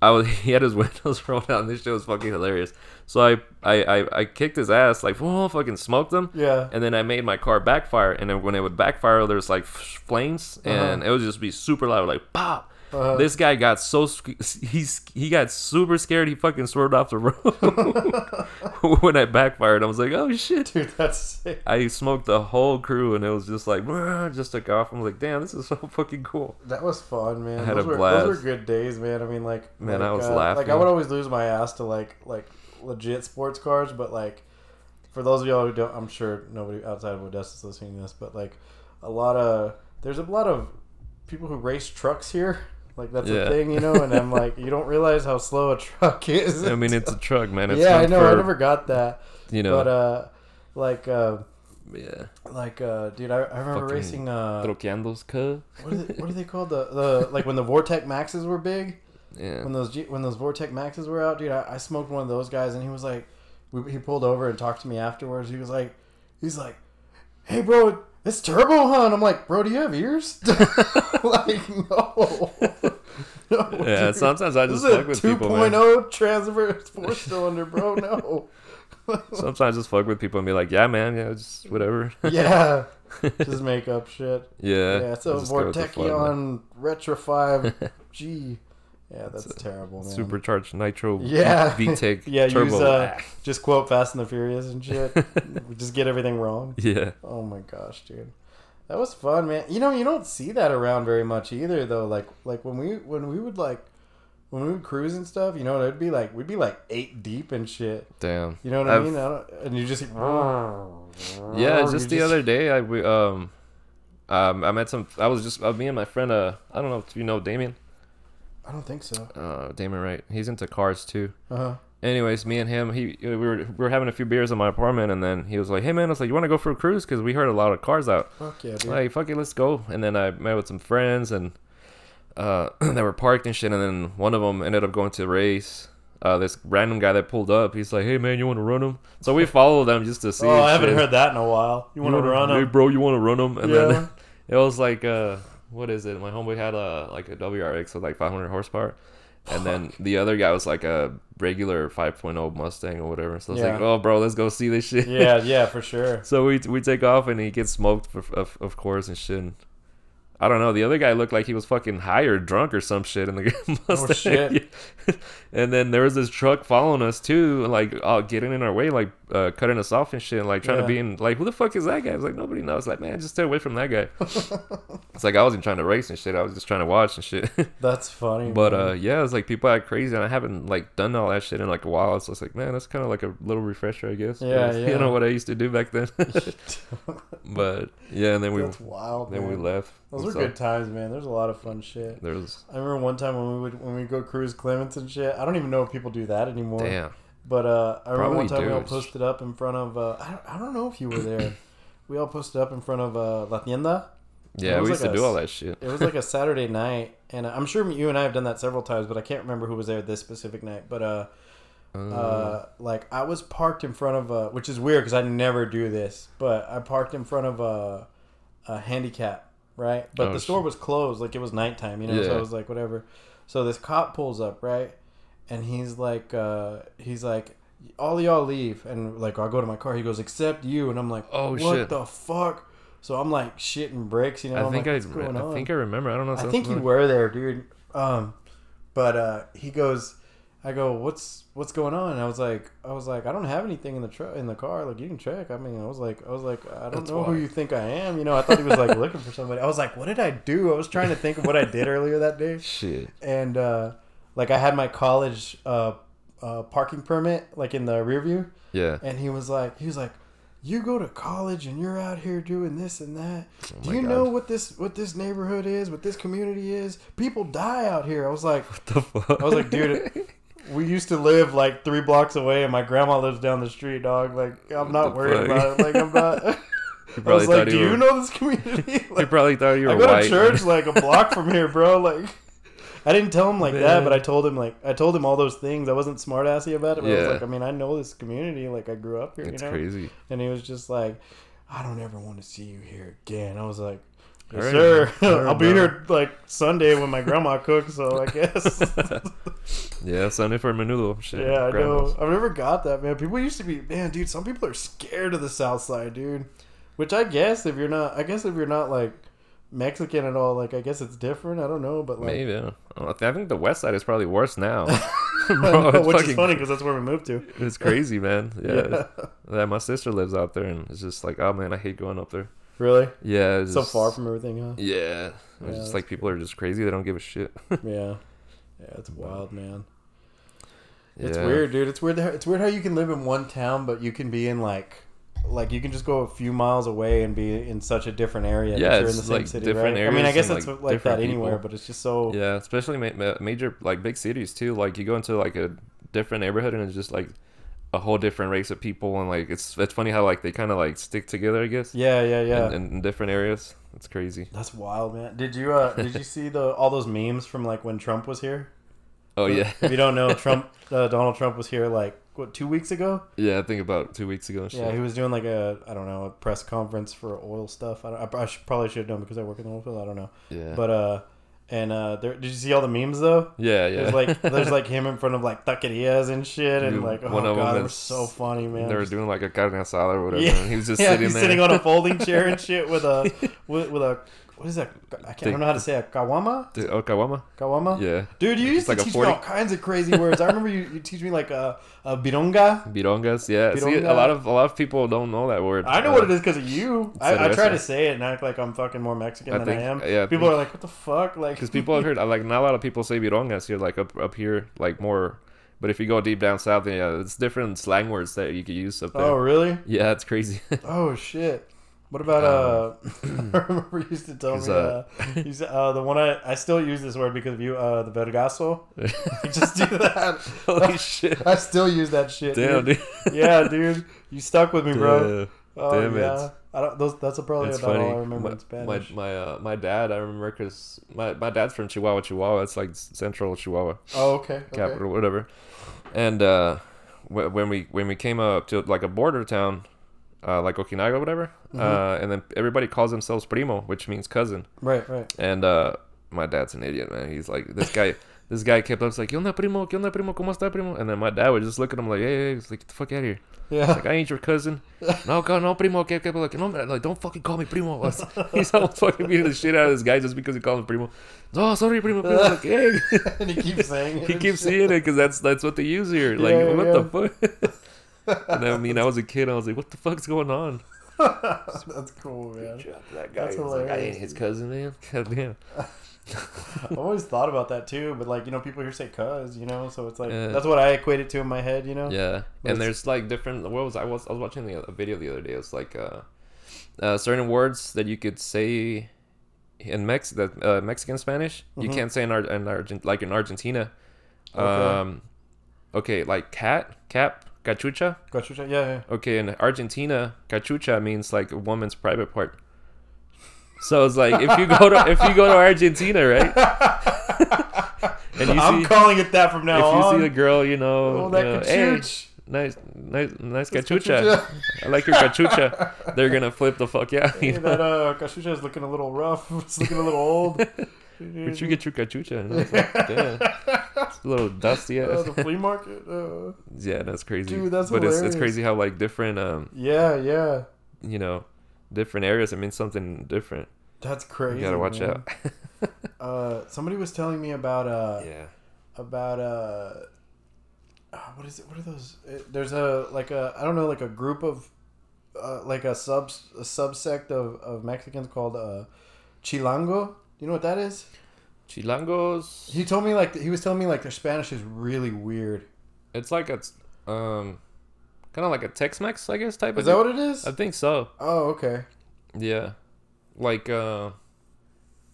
B: I was he had his windows rolled down. This shit was fucking hilarious. So I I I, I kicked his ass like whoa, fucking smoked him.
A: Yeah.
B: And then I made my car backfire, and then when it would backfire, there's like f- flames, and it would just be super loud, like pop.
A: Uh-huh.
B: This guy got so sc- he sc- he got super scared. He fucking swerved off the road when I backfired. I was like, oh shit.
A: Dude, that's sick.
B: I smoked the whole crew, and it was just like "Bruh," just took off. I'm like, damn, this is so fucking cool.
A: That was fun, man.
B: I had
A: those
B: a
A: were, Those
B: blast.
A: were good days, man. I mean, like,
B: Man,
A: like,
B: I was
A: uh, Like, I
B: laughing.
A: would always lose my ass to like, like legit sports cars, but like, for those of y'all who don't, I'm sure nobody outside of Odessa is listening to this, but like, a lot of there's a lot of people who race trucks here. Like that's
B: Yeah.
A: a thing, you know. And I'm like, you don't realize how slow a truck is.
B: I mean, it's a truck, man. It's
A: yeah, I
B: meant
A: know. I
B: for,
A: never got that,
B: you know,
A: but uh, like, uh,
B: yeah,
A: like, uh, dude, I, I remember
B: Fucking
A: racing. Uh,
B: troqueandos, cuh.
A: what are, they, what are they called? The the like when the Vortec Maxes were big
B: Yeah,
A: when those G- when those Vortec Maxes were out, dude. I, I smoked one of those guys, and he was like, we, he pulled over and talked to me afterwards. He was like, he's like, hey, bro, it's turbo, huh? And I'm like, bro, do you have ears? like, no, no.
B: yeah.
A: dude.
B: Sometimes I
A: this
B: just
A: is a
B: fuck with people, man.
A: 2.0 transverse four cylinder, bro. No, oh.
B: Sometimes I just fuck with people and be like, yeah, man, yeah, just whatever.
A: yeah, just make up shit.
B: yeah,
A: Yeah, it's a
B: just go with the flow, man.
A: Vortekion Retro 5 G. Yeah, that's terrible, man.
B: supercharged nitro.
A: Yeah.
B: VTEC
A: Yeah, use,
B: turbo. Ah.
A: uh, Just quote Fast and the Furious and shit. We just get everything wrong.
B: yeah,
A: Oh my gosh, dude. That was fun, man. You know, you don't see that around very much either though. Like like when we when we would like when we would cruise and stuff, you know, it'd be like we'd be like eight deep and shit.
B: damn.
A: You know what i
B: I've-
A: mean? I don't, and you just
B: Yeah,
A: yeah,
B: just the other day, I we, um, um, I met some. I was just uh, me and my friend. Uh, I don't know if you know Damien.
A: I don't think so.
B: Uh, Damien, right? He's into cars too.
A: Uh-huh.
B: Anyways, me and him, he we were we were having a few beers in my apartment, and then he was like, "Hey man, I was like, you want to go for a cruise? Cause we heard a lot of cars out.
A: Fuck yeah,
B: I was
A: dude.
B: Like, fuck it, let's go." And then I met with some friends, and uh, they were parked and shit. And then one of them ended up going to a race. Uh, this random guy that pulled up, he's like, "Hey man, you want to run him?" So we followed them just to see.
A: oh,
B: and
A: I haven't
B: shit.
A: heard that in a while. You want to
B: You wanna-
A: run 'em?
B: Hey, bro, you want to run them? And
A: Yeah.
B: then it was like, uh, what is it? My homeboy had a like a WRX with like 500 horsepower, and then the other guy was like a regular 5.0 Mustang or whatever. So I was like,
A: Yeah.
B: oh, bro, let's go see this shit.
A: yeah, yeah, for sure.
B: So we we take off and he gets smoked of, of, of course and shit. And I don't know. The other guy looked like he was fucking high or drunk or some shit. And the guy Mustang.
A: Oh, shit.
B: and then there was this truck following us too, like uh, getting in our way, like uh, cutting us off and shit, and, like trying
A: Yeah.
B: to be in. Like who the fuck is that guy? I was like nobody knows. Like man, just stay away from that guy. it's like I wasn't trying to race and shit. I was just trying to watch and shit.
A: That's funny.
B: but
A: man.
B: uh, yeah, it's like people act crazy, and I haven't like done all that shit in like a while. So it's like man, that's kind of like a little refresher, I guess.
A: Yeah, yeah.
B: You know what I used to do back then. But yeah, and then we
A: that's wild.
B: then we
A: man.
B: left.
A: Those
B: And
A: were
B: so
A: good times, man. There's a lot of fun shit.
B: There was
A: I remember one time when we would when we go cruise Clements and shit. I don't even know if people do that anymore.
B: damn.
A: But uh, I remember one
B: Probably
A: time we
B: do.
A: all posted up in front of. Uh, I, don't, I don't know if you were there. we all posted up in front of uh, La Tienda.
B: Yeah,
A: was like
B: we used to
A: a
B: do all
A: s-
B: that shit.
A: It was like a Saturday night, and I'm sure you and I have done that several times, but I can't remember who was there this specific night. But uh,
B: Mm.
A: uh, like I was parked in front of a, which is weird because I never do this, but I parked in front of a, a handicap, right? But
B: Oh,
A: the store was closed, like it was nighttime, you know. So
B: Yeah.
A: I was like, whatever. So this cop pulls up, right? And he's like, uh, he's like, all y'all leave, and like I go to my car. He goes, except you, and I'm like,
B: Oh,
A: what
B: shit.
A: the fuck? So I'm like shitting bricks, you know.
B: I
A: I'm
B: think
A: like,
B: I,
A: "What's going
B: I
A: on?"
B: think I remember. I don't know.
A: I
B: sounds
A: think you
B: familiar.
A: were there, dude. Um, but uh, he goes, I go, what's what's going on? And I was like, I was like, I don't have anything in the truck in the car. Like you can check. I mean, I was like, I was like, I don't
B: That's
A: know
B: why.
A: who you think I am. You know, I thought he was like looking for somebody. I was like, what did I do? I was trying to think of what I did earlier that day,
B: Shit.
A: and uh, like I had my college uh, uh, parking permit like in the rear view.
B: Yeah.
A: And he was like, he was like, you go to college and you're out here doing this and that. Do
B: my
A: you
B: God.
A: know what this what this neighborhood is? What this community is? People die out here. I was like,
B: the fuck?
A: I was like, dude, we used to live like three blocks away, and my grandma lives down the street, dog. Like, I'm not
B: the
A: worried
B: fuck?
A: about it. Like, I'm not. I
B: probably
A: was like,
B: thought you
A: do you
B: were-
A: know this community?
B: you
A: Like,
B: probably thought you were
A: I go
B: white.
A: to church like a block from here, bro. Like, I didn't tell him like that,
B: Man.
A: but I told him like I told him all those things. I wasn't smart assy about it. But I was
B: Yeah.
A: like, I mean, I know this community. Like, I grew up here.
B: It's
A: you know?
B: crazy.
A: And he was just like, I don't ever want to see you here again. I was like, yes,
B: Alright,
A: sir.
B: alright,
A: I'll be
B: bro."
A: here like Sunday when my grandma cooks. So I guess.
B: Yeah, Sunday for menudo. Shit.
A: yeah, I
B: grandma's.
A: know. I've never got that, man. People used to be, man, dude. Some people are scared of the South Side, dude. Which I guess if you're not, I guess if you're not like Mexican at all, like I guess it's different. I don't know, but like.
B: Maybe. I, don't know. I think the West Side is probably worse now.
A: I
B: Bro,
A: know,
B: it's
A: which is
B: fucking-
A: funny because that's where we moved to.
B: It's crazy, man. Yeah.
A: Yeah.
B: Yeah, my sister lives out there, and it's just like, oh man, I hate going up there.
A: Really?
B: Yeah. it's
A: So
B: just-
A: far from everything, huh?
B: Yeah. It's
A: Yeah,
B: just
A: that's
B: like people are just crazy. They don't give a shit.
A: Yeah. Yeah, it's wild, man. It's
B: Yeah.
A: weird, dude. It's weird. How, it's weird how you can live in one town, but you can be in like, like you can just go a few miles away and be in such a different area. but
B: Yeah,
A: you're in
B: it's
A: the same
B: like
A: city,
B: different
A: right? I mean, I
B: areas
A: guess
B: and,
A: it's
B: like,
A: like that
B: different
A: anywhere,
B: people.
A: but it's just so.
B: Yeah, especially ma- ma- major like big cities too. Like you go into like a different neighborhood and it's just like a whole different race of people and like it's it's funny how like they kind of like stick together, I guess.
A: Yeah, yeah, yeah.
B: In, in different areas, it's crazy.
A: That's wild, man. Did you uh did you see the all those memes from like when Trump was here?
B: Oh yeah,
A: If you don't know, Trump uh, Donald Trump was here like what two weeks ago.
B: yeah. I think about two weeks ago. and
A: Yeah,
B: shit.
A: he was doing like a I don't know a press conference for oil stuff. I, don't, I, I should, probably should know because I work in the oil field. I don't know,
B: yeah,
A: but uh, and uh, there, did you see all the memes though?
B: yeah, yeah.
A: There's like there's like him in front of like taquerias and shit, and
B: Dude,
A: like oh
B: one of 'em
A: god, they were
B: is-
A: so funny, man.
B: they were doing like a carne asada or whatever,
A: Yeah.
B: and he was just
A: yeah,
B: sitting
A: he's
B: there.
A: sitting on a folding chair and shit with a with, with a what is that? I can't I don't know how to say it. Kawama,
B: Dude, oh, Kawama?
A: kawama.
B: Yeah,
A: Dude, you used
B: like
A: to
B: a
A: teach
B: 40
A: me all kinds of crazy words. I remember you, you teach me like a, a bironga.
B: birongas. Yeah, see,
A: Bironga.
B: a lot of a lot of people don't know that word.
A: I know
B: Uh,
A: what it is because of you. I, I
B: Cerveza.
A: try to say it and act like I'm fucking more Mexican
B: I
A: than
B: think-
A: I am.
B: yeah, I
A: people
B: think-
A: are like, what the fuck? Like,
B: Because people have heard, like, not a lot of people say virongas here, like, up, up here, like, more. But if you go deep down south, yeah, it's different slang words that you could use up there.
A: oh really?
B: Yeah, it's crazy.
A: Oh shit. What about uh? I remember you used to tell me
B: Is,
A: uh,
B: Um, uh,
A: you used to- uh, the one I, I still use this word because of you uh the vergaso. Just do that.
B: Holy shit.
A: I still use that shit.
B: Damn,
A: dude.
B: dude.
A: Yeah, dude, you stuck with me, bro.
B: Damn.
A: Oh,
B: Damn it.
A: yeah. I don't. Those, that's probably
B: It's
A: about
B: funny.
A: all I remember
B: my,
A: in
B: my,
A: Spanish.
B: my, uh, my dad, I remember because my, my dad's from Chihuahua, Chihuahua. It's like central Chihuahua.
A: oh, okay. okay.
B: capital, whatever. And uh, wh- when we when we came up to like a border town, uh, like Okinawa, whatever, uh, and then everybody calls themselves primo, which means cousin.
A: Right, right.
B: And uh, my dad's an idiot, man. He's like this guy. this guy kept up it's like, "Yo, na primo, yo, na primo, cómo está primo?" And then my dad would just look at him like, "Hey, hey, it's like, get the fuck out of here!
A: Yeah.
B: Like, I ain't your cousin. No, co- no, primo, que, que, like, no, man, like, don't fucking call me primo." He's almost fucking beating the shit out of this guy just because he called him primo. No, sorry, primo, primo. Like, hey.
A: and he keeps saying it.
B: he
A: and
B: keeps
A: shit.
B: seeing it because that's that's what they use here. Like,
A: Yeah,
B: what the fuck? and I mean, I was a kid. I was like, what the fuck's going on?
A: That's cool, man.
B: That
A: That's was like, "I hilarious. ain't
B: his cousin, man. God damn.
A: I've always thought about that too, but like, you know, people here say cuz, you know, so it's like,
B: Yeah.
A: that's what I equate it to in my head, you know?
B: Yeah,
A: But it's-
B: and there's like different. What was I was I was watching the, a video the other day. It was like uh, uh, certain words that you could say in Mex that uh, Mexican Spanish you can't say in Ar- in Argent like in Argentina.
A: Mm-hmm. Okay.
B: Um, okay, like cat, cap, cachucha.
A: Gotcha, Yeah, yeah.
B: Okay, in Argentina, cachucha means like a woman's private part. So it's like if you go to if you go to Argentina, right? and you
A: I'm
B: see
A: calling it that from now
B: if
A: on.
B: you see a girl, you know,
C: Oh, that
B: you know,
C: cachucha.
B: "Hey, nice, nice, nice cachucha. I like your cachucha. They're gonna flip the fuck out.
A: Hey,
B: You know?
A: that uh, Kashucha is looking a little rough. It's looking a little old. Uh,
B: Where'd you get your cachucha? And I was like, Damn, it's a little dusty.
A: Uh,
B: ass.
A: the flea market. Uh,
B: yeah, that's crazy.
A: Dude, that's
B: but it's, it's
A: hilarious.
B: crazy how like different, um,
A: yeah, yeah.
B: you know, different areas. It means something different.
A: That's crazy.
B: you gotta watch
A: man.
B: out.
A: Uh, somebody was telling me about uh,
B: yeah,
A: about uh, uh, what is it? What are those? It, there's a like a I don't know like a group of uh, like a sub a subsect of, of Mexicans called uh, Chilango. You know what that is?
B: chilangos.
A: He told me like he was telling me like their Spanish is really weird.
B: It's like a, um, kind of like a Tex-Mex, I guess, type
A: Is
B: of.
A: that what it is?
B: I think so.
A: Oh, okay.
B: Yeah. Like uh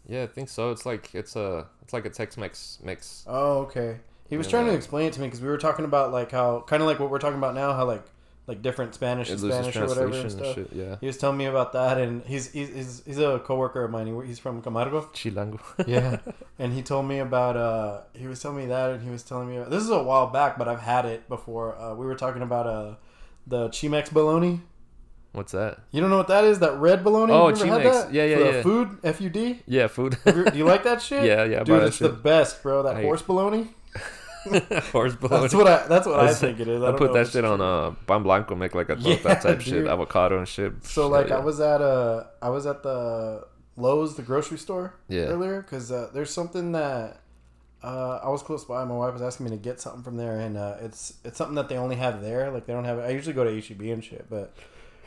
B: Yeah, I think so. It's like it's a it's like a Tex-Mex mix.
A: Oh, okay. He was
B: Yeah.
A: trying to explain it to me because we were talking about like how kind of like what we're talking about now, how like like different Spanish and
B: It loses
A: Spanish or whatever and
B: translation and
A: stuff.
B: shit, yeah.
A: He was telling me about that, and he's he's he's, he's a coworker of mine. He, he's from Camargo.
B: Chilango.
A: Yeah, and he told me about uh he was telling me that, and he was telling me about, this is a while back, but I've had it before. Uh, we were talking about uh the Chimex bologna.
B: What's that?
A: You don't know what that is? That red bologna?
B: Oh,
A: You ever had
B: Chimex.
A: that?
B: Yeah, yeah,
A: For, uh,
B: yeah.
A: Food F U D.
B: Yeah, food.
A: Do you like that shit?
B: Yeah, yeah, I buy
A: dude,
B: that
A: it's the
B: shit.
A: best, bro. That
B: I-
A: horse bologna.
B: Horse bologna.
A: That's what I. That's what I
B: That's-
A: think it is. I,
B: I,
A: don't
B: put
A: know
B: that
A: if
B: shit on uh pan blanco, make like a
A: Yeah,
B: torta type shit,
A: dude.
B: avocado and shit.
A: So
B: Shit,
A: like,
B: yeah.
A: I was at uh, I was at the Lowe's, the grocery store,
B: Yeah.
A: earlier because uh, there's something that uh, I was close by. My wife was asking me to get something from there, and uh, it's it's something that they only have there. Like they don't have. I usually go to HEB and shit, but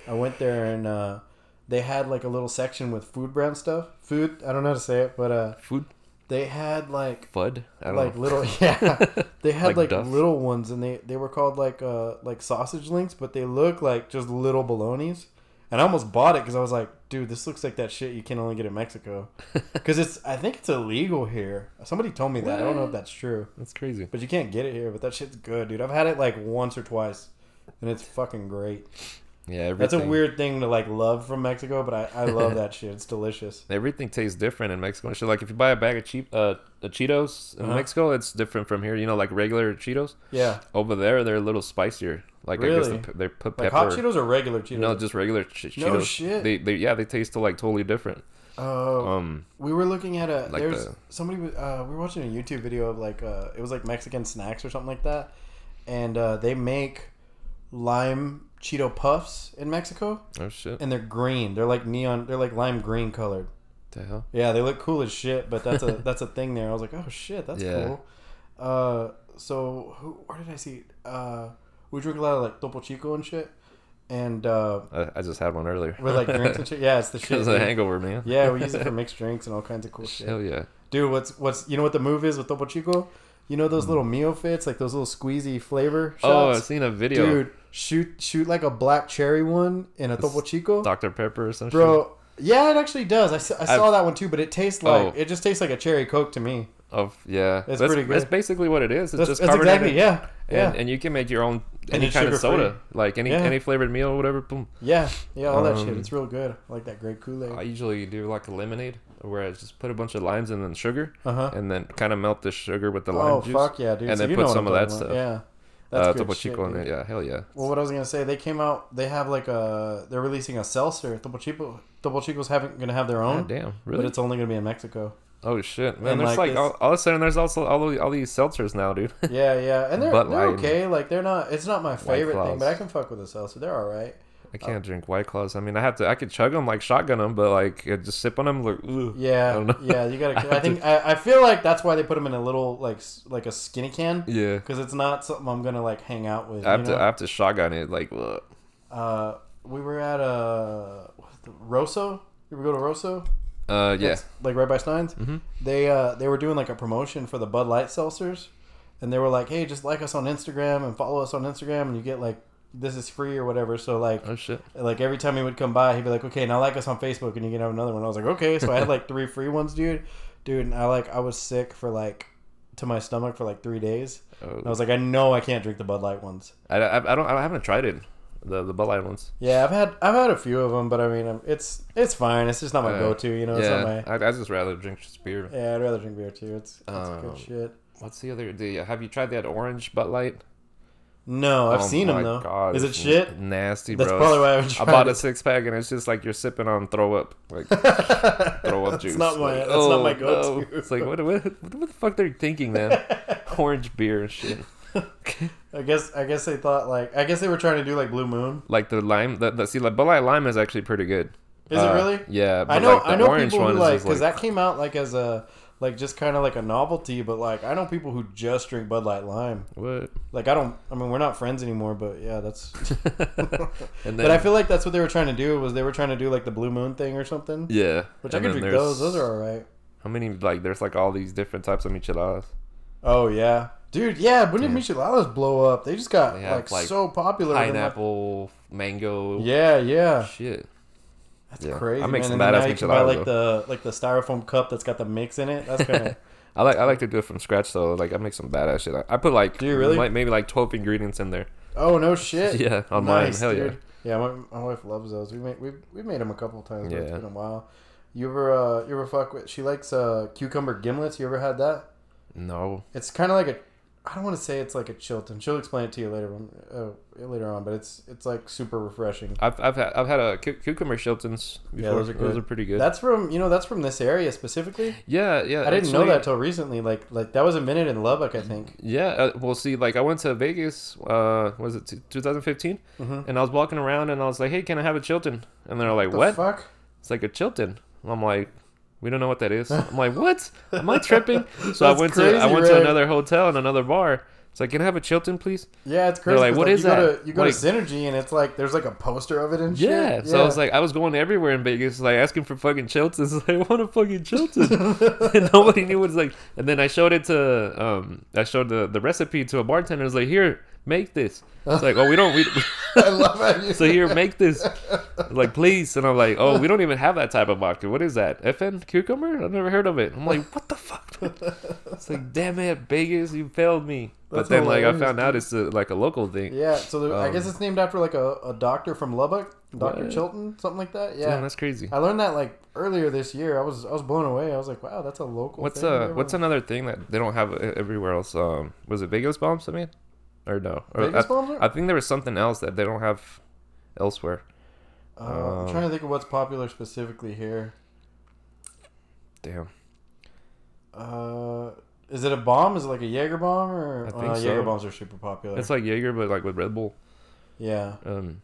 A: I went there and uh, they had like a little section with food brand stuff. Food. I don't know how to say it, but uh,
B: food
A: they had like
B: fud. I don't
A: like
B: know.
A: little yeah they had
B: Like
A: like,
B: duff?
A: little ones and they they were called like uh like sausage links but they look like just little bolognas and i almost bought it because i was like dude this looks like that shit you can only get in mexico because it's i think it's illegal here somebody told me that i don't know if that's true
B: That's crazy.
A: but you can't get it here but that shit's good dude i've had it like once or twice and it's fucking great
B: Yeah, everything.
A: that's a weird thing to like love from mexico but i, I love that shit it's delicious
B: Everything tastes different in Mexico and shit. Like if you buy a bag of cheap uh, uh, Cheetos in
A: Uh-huh.
B: Mexico, it's different from here. You know, like regular Cheetos.
A: yeah
B: Over there, they're a little spicier. Like I guess
A: Really?
B: the, pe- they put
A: like
B: pepper.
A: hot cheetos or regular cheetos
B: No, just regular ch-
A: No
B: Cheetos.
A: shit.
B: They, they, yeah, they taste like totally different.
A: oh
B: Um,
A: We were looking at a
B: Like
A: there's
B: the-
A: somebody was- uh, we were watching a YouTube video of like uh, it was like Mexican snacks or something like that, and uh, they make lime Cheeto puffs in Mexico,
B: oh shit,
A: and they're green. They're like neon. They're like lime green colored.
B: the hell.
A: Yeah, they look cool as shit. But that's a that's a thing there. I was like, oh shit, that's
B: Yeah.
A: cool. Uh, so who, where did I see? Uh, we drink a lot of like Topo Chico and shit, and uh,
B: I, I just had one earlier.
A: with like drinks and shit. Yeah, it's the
B: it
A: shit.
B: was a
A: dude.
B: hangover, man.
A: Yeah, we use it for mixed drinks and all kinds of cool shit.
B: Hell yeah.
A: Dude, what's what's you know what the move is with Topo Chico? You know those little meal fits, like those little squeezy flavor
B: Hmm. Oh, I've
A: shots.
B: seen a video.
A: Dude, shoot shoot like a black cherry one in a Topo Chico,
B: Dr Pepper or some shit.
A: bro. Yeah, it actually does. I, s- I saw
B: I've-
A: that one too, but it tastes like
B: Oh.
A: it just tastes like a cherry coke to me.
B: Of yeah,
A: That's
B: that's
A: pretty good.
B: That's basically what it is. It's
A: That's,
B: just
A: that's
B: carbonated.
A: exactly yeah, yeah,
B: And, and you can make your own
A: And
B: any
A: it's
B: kind of
A: sugar-free.
B: soda, like any
A: Yeah.
B: any flavored meal, or whatever. Boom.
A: yeah, yeah. All that shit.
B: Um,
A: It's real good. I like that grape Kool
B: I
A: Aid.
B: usually do like a lemonade, where I just put a bunch of limes and then sugar,
A: Uh huh.
B: and then kind of melt the sugar with the lime
A: Oh
B: juice,
A: fuck yeah, dude.
B: and
A: So
B: then
A: you
B: put
A: know what
B: some
A: I'm
B: of that
A: talking
B: stuff.
A: about. Yeah, that's
B: uh,
A: good
B: Topo
A: shit,
B: Chico in
A: dude.
B: it. Yeah, hell yeah.
A: Well, what I was gonna say, they came out. They have like a. They're releasing a seltzer. Topo Chico. Topo Chico's having gonna have their own,
B: God Ah, damn,
A: but
B: really?
A: it's only gonna be in Mexico.
B: Oh shit, man!
A: And,
B: There's
A: like,
B: like, all,
A: it's-
B: all of a sudden there's also all the, all these seltzers now, dude.
A: yeah, yeah, and they're,
B: Bud
A: they're
B: Light.
A: okay. Like they're not. It's not my favorite thing,
B: Claws.
A: but I can fuck with a seltzer. They're all right.
B: I can't drink White Claws. I mean, I have to. I could chug them like shotgun them, but like uh, just sip on them. Like, ooh. I don't
A: Yeah,
B: know.
A: yeah. You gotta. I think. I, I feel like that's why they put them in a little like s- like a skinny can
B: yeah.
A: because it's not something I'm gonna like hang out with.
B: I have
A: you
B: to. I
A: know?
B: have to shotgun it. Like, ugh.
A: uh, we were at a Rosso. You ever go to Rosso?
B: uh, yeah.
A: That's, like right by Stein's.
B: Mhm.
A: They uh, they were doing like a promotion for the Bud Light seltzers, and they were like, "Hey, just like us on Instagram and follow us on Instagram, and you get like this is free or whatever." So like
B: Oh shit.
A: like every time he would come by, he'd be like, "Okay, now like us on Facebook, and you can have another one." I was like, "Okay," so I had like three free ones, dude. Dude, and I like I was sick for like to my stomach for like three days.
B: Oh.
A: And I was like, I know I can't drink the Bud Light ones.
B: I, I, I don't. I haven't tried it. the the Bud Light ones.
A: Yeah, I've had I've had a few of them, but I mean, um, it's it's fine. It's just not my
B: Uh,
A: go-to. You know, it's not my.
B: yeah, I I just rather drink just beer.
A: Yeah, I'd rather drink beer too. It's, it's
B: Um,
A: good shit.
B: What's the other? The, have you tried that orange Bud Light?
A: No, I've
B: Oh
A: seen
B: my
A: them though.
B: God,
A: Is it
B: it's
A: shit?
B: n- Nasty,
A: That's
B: bro.
A: probably why I haven't
B: I
A: tried
B: bought
A: it.
B: a six pack and it's just like you're sipping on throw up, like throw up juice.
A: That's not my.
B: Like,
A: that's not
B: oh,
A: my
B: no.
A: go-to.
B: It's like what, what what the fuck they're thinking, man? Orange beer and shit.
A: I guess. I guess they thought like. I guess they were trying to do like Blue Moon.
B: Like the lime, the, the see, like Bud Light lime is actually pretty good.
A: Is
B: Uh,
A: it really?
B: Yeah,
A: I
B: but,
A: know.
B: like, the
A: I know
B: orange
A: people
B: one
A: who
B: is
A: like
B: just,
A: because that came out like as a like just kind of like a novelty, but like I know people who just drink Bud Light Lime.
B: what?
A: Like I don't. I mean, we're not friends anymore, but yeah, that's.
B: and then,
A: But I feel like that's what they were trying to do was they were trying to do like the Blue Moon thing or something.
B: yeah,
A: Which I
B: And then
A: could drink
B: there's-
A: those. Those are all right.
B: How many like there's like all these different types of micheladas?
A: Oh yeah, dude. Yeah, when did
B: Yeah.
A: micheladas blow up? They just got
B: They have,
A: like,
B: like,
A: so popular. within, like-
B: Pineapple, mango,
A: yeah, yeah.
B: shit. That's
A: Crazy.
B: I make
A: man.
B: some
A: And then
B: badass
A: now you can buy
B: micheladas.
A: like
B: though.
A: the like the styrofoam cup that's got the mix in it. That's kind of
B: I like I like to do it from scratch though. Like I make some badass shit. I, I put like
A: Do you really?
B: like, maybe like twelve ingredients in there.
A: oh no shit.
B: Yeah, on
A: nice,
B: mine. Hell
A: dude. yeah. my, my wife loves those. We made we've, we've made them a couple times. but It's
B: Yeah.
A: been a while. You ever uh you ever fuck with? She likes uh cucumber gimlets. You ever had that?
B: yeah. No.
A: It's kind of like a. I don't want to say it's like a Chilton. She'll explain it to you later on, uh, later on, but it's it's like super refreshing.
B: I've I've had I've had a cu- cucumber Shiltons before.
A: those are good.
B: pretty good.
A: That's from you know that's from this area specifically.
B: yeah, yeah.
A: I didn't know
B: actually-
A: that till recently. Like like that was a minute in Lubbock, I think.
B: Yeah, uh, well, see, like I went to Vegas, uh, was it t- 2015?
A: Mhm.
B: And I was walking around and I was like, hey, can I have a Chilton? And they're like,
A: The
B: what?
A: fuck?
B: It's like a Chilton. And I'm like, we don't know what that is. I'm like, what? Am I tripping? So I
A: That's
B: went to
A: crazy,
B: I went to
A: right?
B: another hotel and another bar. It's like, can I have a Chilton, please?
A: Yeah, it's crazy.
B: like,
A: 'cause,
B: "What is
A: you Go
B: that?"
A: to, you go
B: Like-
A: to Synergy and it's like there's like a poster of it and Oh, shit.
B: Yeah. So I was like, I was going everywhere in Vegas, like asking for fucking Chiltons. Like, I want a fucking Chilton, and nobody knew what it's like. And then I showed it to, um, I showed the, the recipe to a bartender. I was like, here, make this. It's like, oh, we don't. We,
A: I love how you.
B: so here, make this. Like, please. And I'm like, oh, we don't even have that type of vodka. What is that? FN cucumber? I've never heard of it. I'm like, what the fuck? man?" It's like, damn it, Vegas, you failed me.
A: That's
B: but then, like, I
A: hilarious,
B: found out it's a, like a local thing.
A: yeah, so there, I
B: Um,
A: guess it's named after like a, a doctor from Lubbock, Doctor
B: What?
A: Chilton, something like that. Yeah,
B: Damn, that's crazy.
A: I learned that like earlier this year. I was I was blown away. I was like, wow, that's a local.
B: What's
A: thing.
B: uh what's another thing that they don't have e- everywhere else? Um, was it Vegas bombs? I mean, or no? Or
A: Vegas
B: I,
A: bombs are-
B: uh, I think there was something else that they don't have elsewhere.
A: Uh, I'm
B: um,
A: trying to think of what's popular specifically here.
B: Damn,
A: Uh, is it a bomb? Is it like a Jaeger bomb or?
B: I think
A: uh,
B: so.
A: Jaeger bombs are super popular.
B: it's like Jaeger, but like with Red Bull.
A: yeah,
B: Um,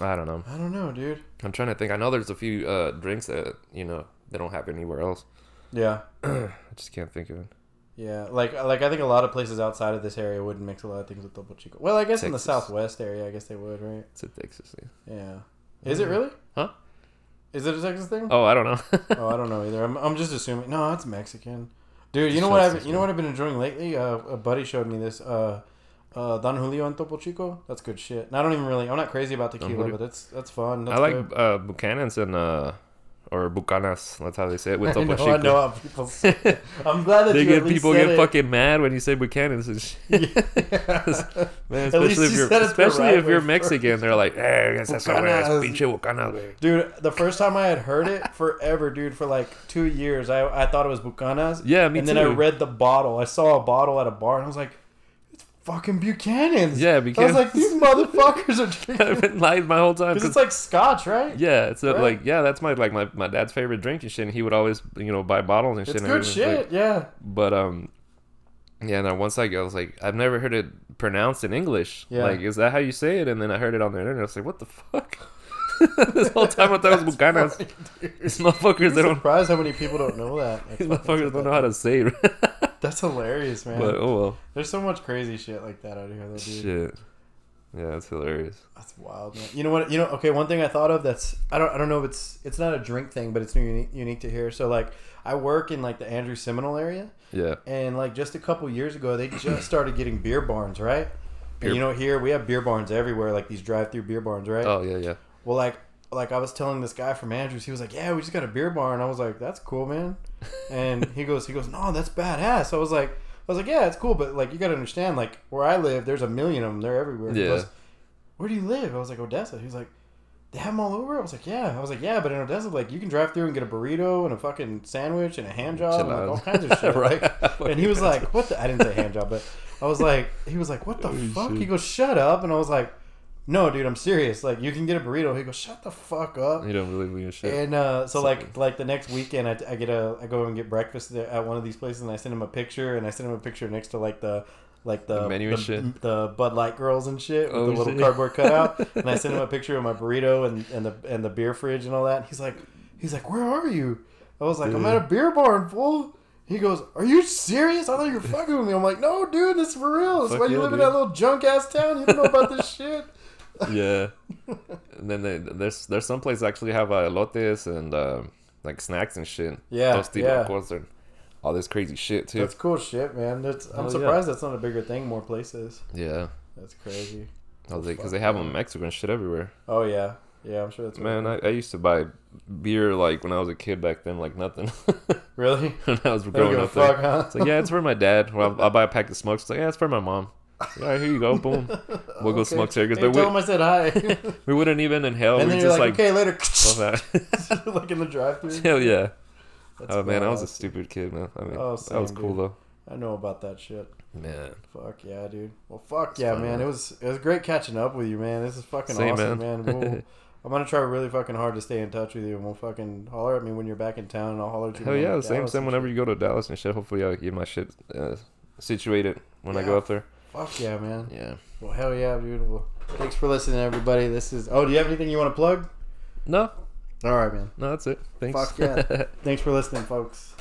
B: I don't know.
A: I don't know, dude.
B: I'm trying to think. I know there's a few uh drinks that you know they don't have anywhere else.
A: Yeah,
B: I just can't think of it.
A: yeah. Like like I think a lot of places outside of this area wouldn't mix a lot of things with double chico. Well, I guess in the
B: Texas.
A: Southwest area, I guess they would, right?
B: It's a Texas thing.
A: Yeah. Is it really?
B: Huh?
A: Is it a Texas thing?
B: Oh, I don't know.
A: Oh, I don't know either. I'm, I'm just assuming. No, it's Mexican. Dude, you
B: It's
A: know what I've
B: Mexican.
A: you know what I've been enjoying lately? Uh, a buddy showed me this. Uh, uh, Don Julio and Topo Chico. That's good shit. And I don't even really. I'm not crazy about tequila,
B: Julio.
A: but that's that's fun. That's
B: I like
A: good.
B: uh Buchanan's and uh or Bucanas. That's how they say it with
A: I
B: Topo
A: know, I know
B: Chico.
A: how people. Say it. I'm glad that
B: They
A: you
B: get
A: at least
B: people
A: said
B: get
A: it.
B: fucking mad when you say Buchanan's and shit.
A: Yeah.
B: Man,
A: At least
B: especially if
A: you
B: you're,
A: said it the
B: especially
A: right
B: if you're
A: way
B: Mexican, they're like, "Eh, esa es
A: Bucanas."
B: pinche bucana, güey."
A: Dude, the first time I had heard it forever, dude, for like two years, I, I thought it was Bucanas.
B: Yeah, me
A: and
B: too.
A: then I read the bottle. I saw a bottle at a bar, and I was like, "It's fucking Buchanan's."
B: Yeah,
A: I was like,
B: Buchanan's.
A: "These motherfuckers are
B: I've
A: drinking."
B: been lying my whole time.
A: Because it's
B: 'cause-
A: like Scotch, right?
B: yeah, it's uh,
A: Right.
B: like yeah, that's my like my, my dad's favorite drink and shit. And he would always you know buy bottles and shit.
A: it's
B: and
A: good
B: everything. It's like-
A: shit. Yeah,
B: but um, yeah. And then once I, go, I was like, I've never heard it pronounced in English.
A: Yeah.
B: Like, is that how you say it? And then I heard it on the internet. I was like, what the fuck? this whole time I thought it was bucanas. These motherfuckers, they
A: I'm
B: don't.
A: surprised how many people don't know that. Like,
B: These
A: fuck, that's
B: motherfuckers
A: what
B: don't know how to say it.
A: that- That's hilarious, man.
B: but oh well,
A: There's so much crazy shit like that out here, though, dude.
B: shit. Yeah, that's hilarious.
A: That's wild, man. You know what? You know, okay. One thing I thought of that's I don't I don't know if it's it's not a drink thing, but it's unique, unique to here. So like, I work in like the Andrew Seminole area,
B: Yeah.
A: and like just a couple years ago, they just started getting beer barns, right?
B: Beer-
A: And you know, here we have beer barns everywhere, like these drive-through beer barns, right?
B: Oh yeah, yeah.
A: Well, like like I was telling this guy from Andrews, he was like, "Yeah, we just got a beer barn." I was like, "That's cool, man." And he goes, he goes, "No, that's badass." I was like, I was like, "Yeah, it's cool, but like you got to understand, like where I live, there's a million of them. They're everywhere." He
B: Yeah.
A: goes, where do you live? I was like, Odessa. He was like, they have them all over? I was like, yeah. I was like, yeah, but in Odessa, like, you can drive through and get a burrito and a fucking sandwich and a hand job and
B: Chill
A: like,
B: out.
A: all kinds of shit.
B: Right.
A: right? and he was like, what the? I didn't say hand job, but I was like, he was like, what the
B: Oh,
A: fuck?
B: shit.
A: He goes, shut up. And I was like, no, dude, I'm serious. Like, you can get a burrito. He goes, shut the fuck up.
B: You don't believe me and shit.
A: And uh, so,
B: So-
A: like, like the next weekend, I, I get a, I go and get breakfast there at one of these places, and I send him a picture, and I send him a picture next to like the, like the,
B: The menu and
A: the,
B: shit.
A: the Bud Light girls and shit with
B: Oh,
A: the little
B: shit.
A: cardboard cutout, and I send him a picture of my burrito and, and the and the beer fridge and all that. And he's like, he's like, where are you? I was like, I'm at a beer barn, fool. He goes, are you serious? I thought you were fucking with me. I'm like, no, dude, this is for real. That's
B: Fuck
A: why you
B: yeah,
A: live in
B: dude."
A: that little junk ass town. You don't know about this shit.
B: yeah. And then they, there's there's some places actually have uh, elotes and uh, like snacks and shit.
A: Yeah, yeah.
B: locos and all this crazy shit too.
A: That's cool shit, man. That's, I'm
B: Hell yeah.
A: surprised that's not a bigger thing more places.
B: yeah.
A: That's crazy.
B: Because they have them in Mexico and shit everywhere.
A: Oh yeah, yeah. I'm sure that's what-
B: Man, I, I used to buy beer like when I was a kid back then, like nothing.
A: Really?
B: when I was
A: They don't give
B: growing
A: a
B: up. Like,
A: fuck, huh?
B: it's like, yeah, it's for my dad. Well, I'll, I'll buy a pack of smokes. It's like, yeah, it's for my mom. All right, here you go. Boom. We'll go smoke cigarettes.
A: Hey,
B: But
A: tell
B: we,
A: him I said hi.
B: we wouldn't even inhale.
A: and
B: Oh,
A: then
B: we just
A: you're like,
B: like,
A: okay, later.
B: love that.
A: like in the drive-through.
B: Hell yeah.
A: That's
B: oh man, I was a
A: badass,
B: stupid kid, man. I mean,
A: Oh,
B: that was
A: same,
B: cool though.
A: I know about that shit.
B: Man,
A: Fuck yeah, dude. Well, fuck yeah,
B: fun,
A: man.
B: man.
A: It was it was great catching up with you, man. This is fucking
B: Same,
A: awesome, man.
B: man.
A: We'll, I'm gonna try really fucking hard to stay in touch with you, and we'll fucking holler at me when you're back in town, and I'll holler at you.
B: hell
A: when I'm
B: yeah,
A: in
B: same
A: Dallas
B: same.
A: and
B: Whenever
A: shit.
B: you go to Dallas and shit, hopefully I'll get my shit uh, situated when I
A: Yeah.
B: go up there.
A: Fuck yeah, man.
B: Yeah.
A: Well, hell yeah, dude. Well, thanks for listening, everybody. This is. Oh, do you have anything you want to plug?
B: No,
A: All right, man.
B: no, that's it. Thanks.
A: Fuck yeah. Thanks for listening, folks.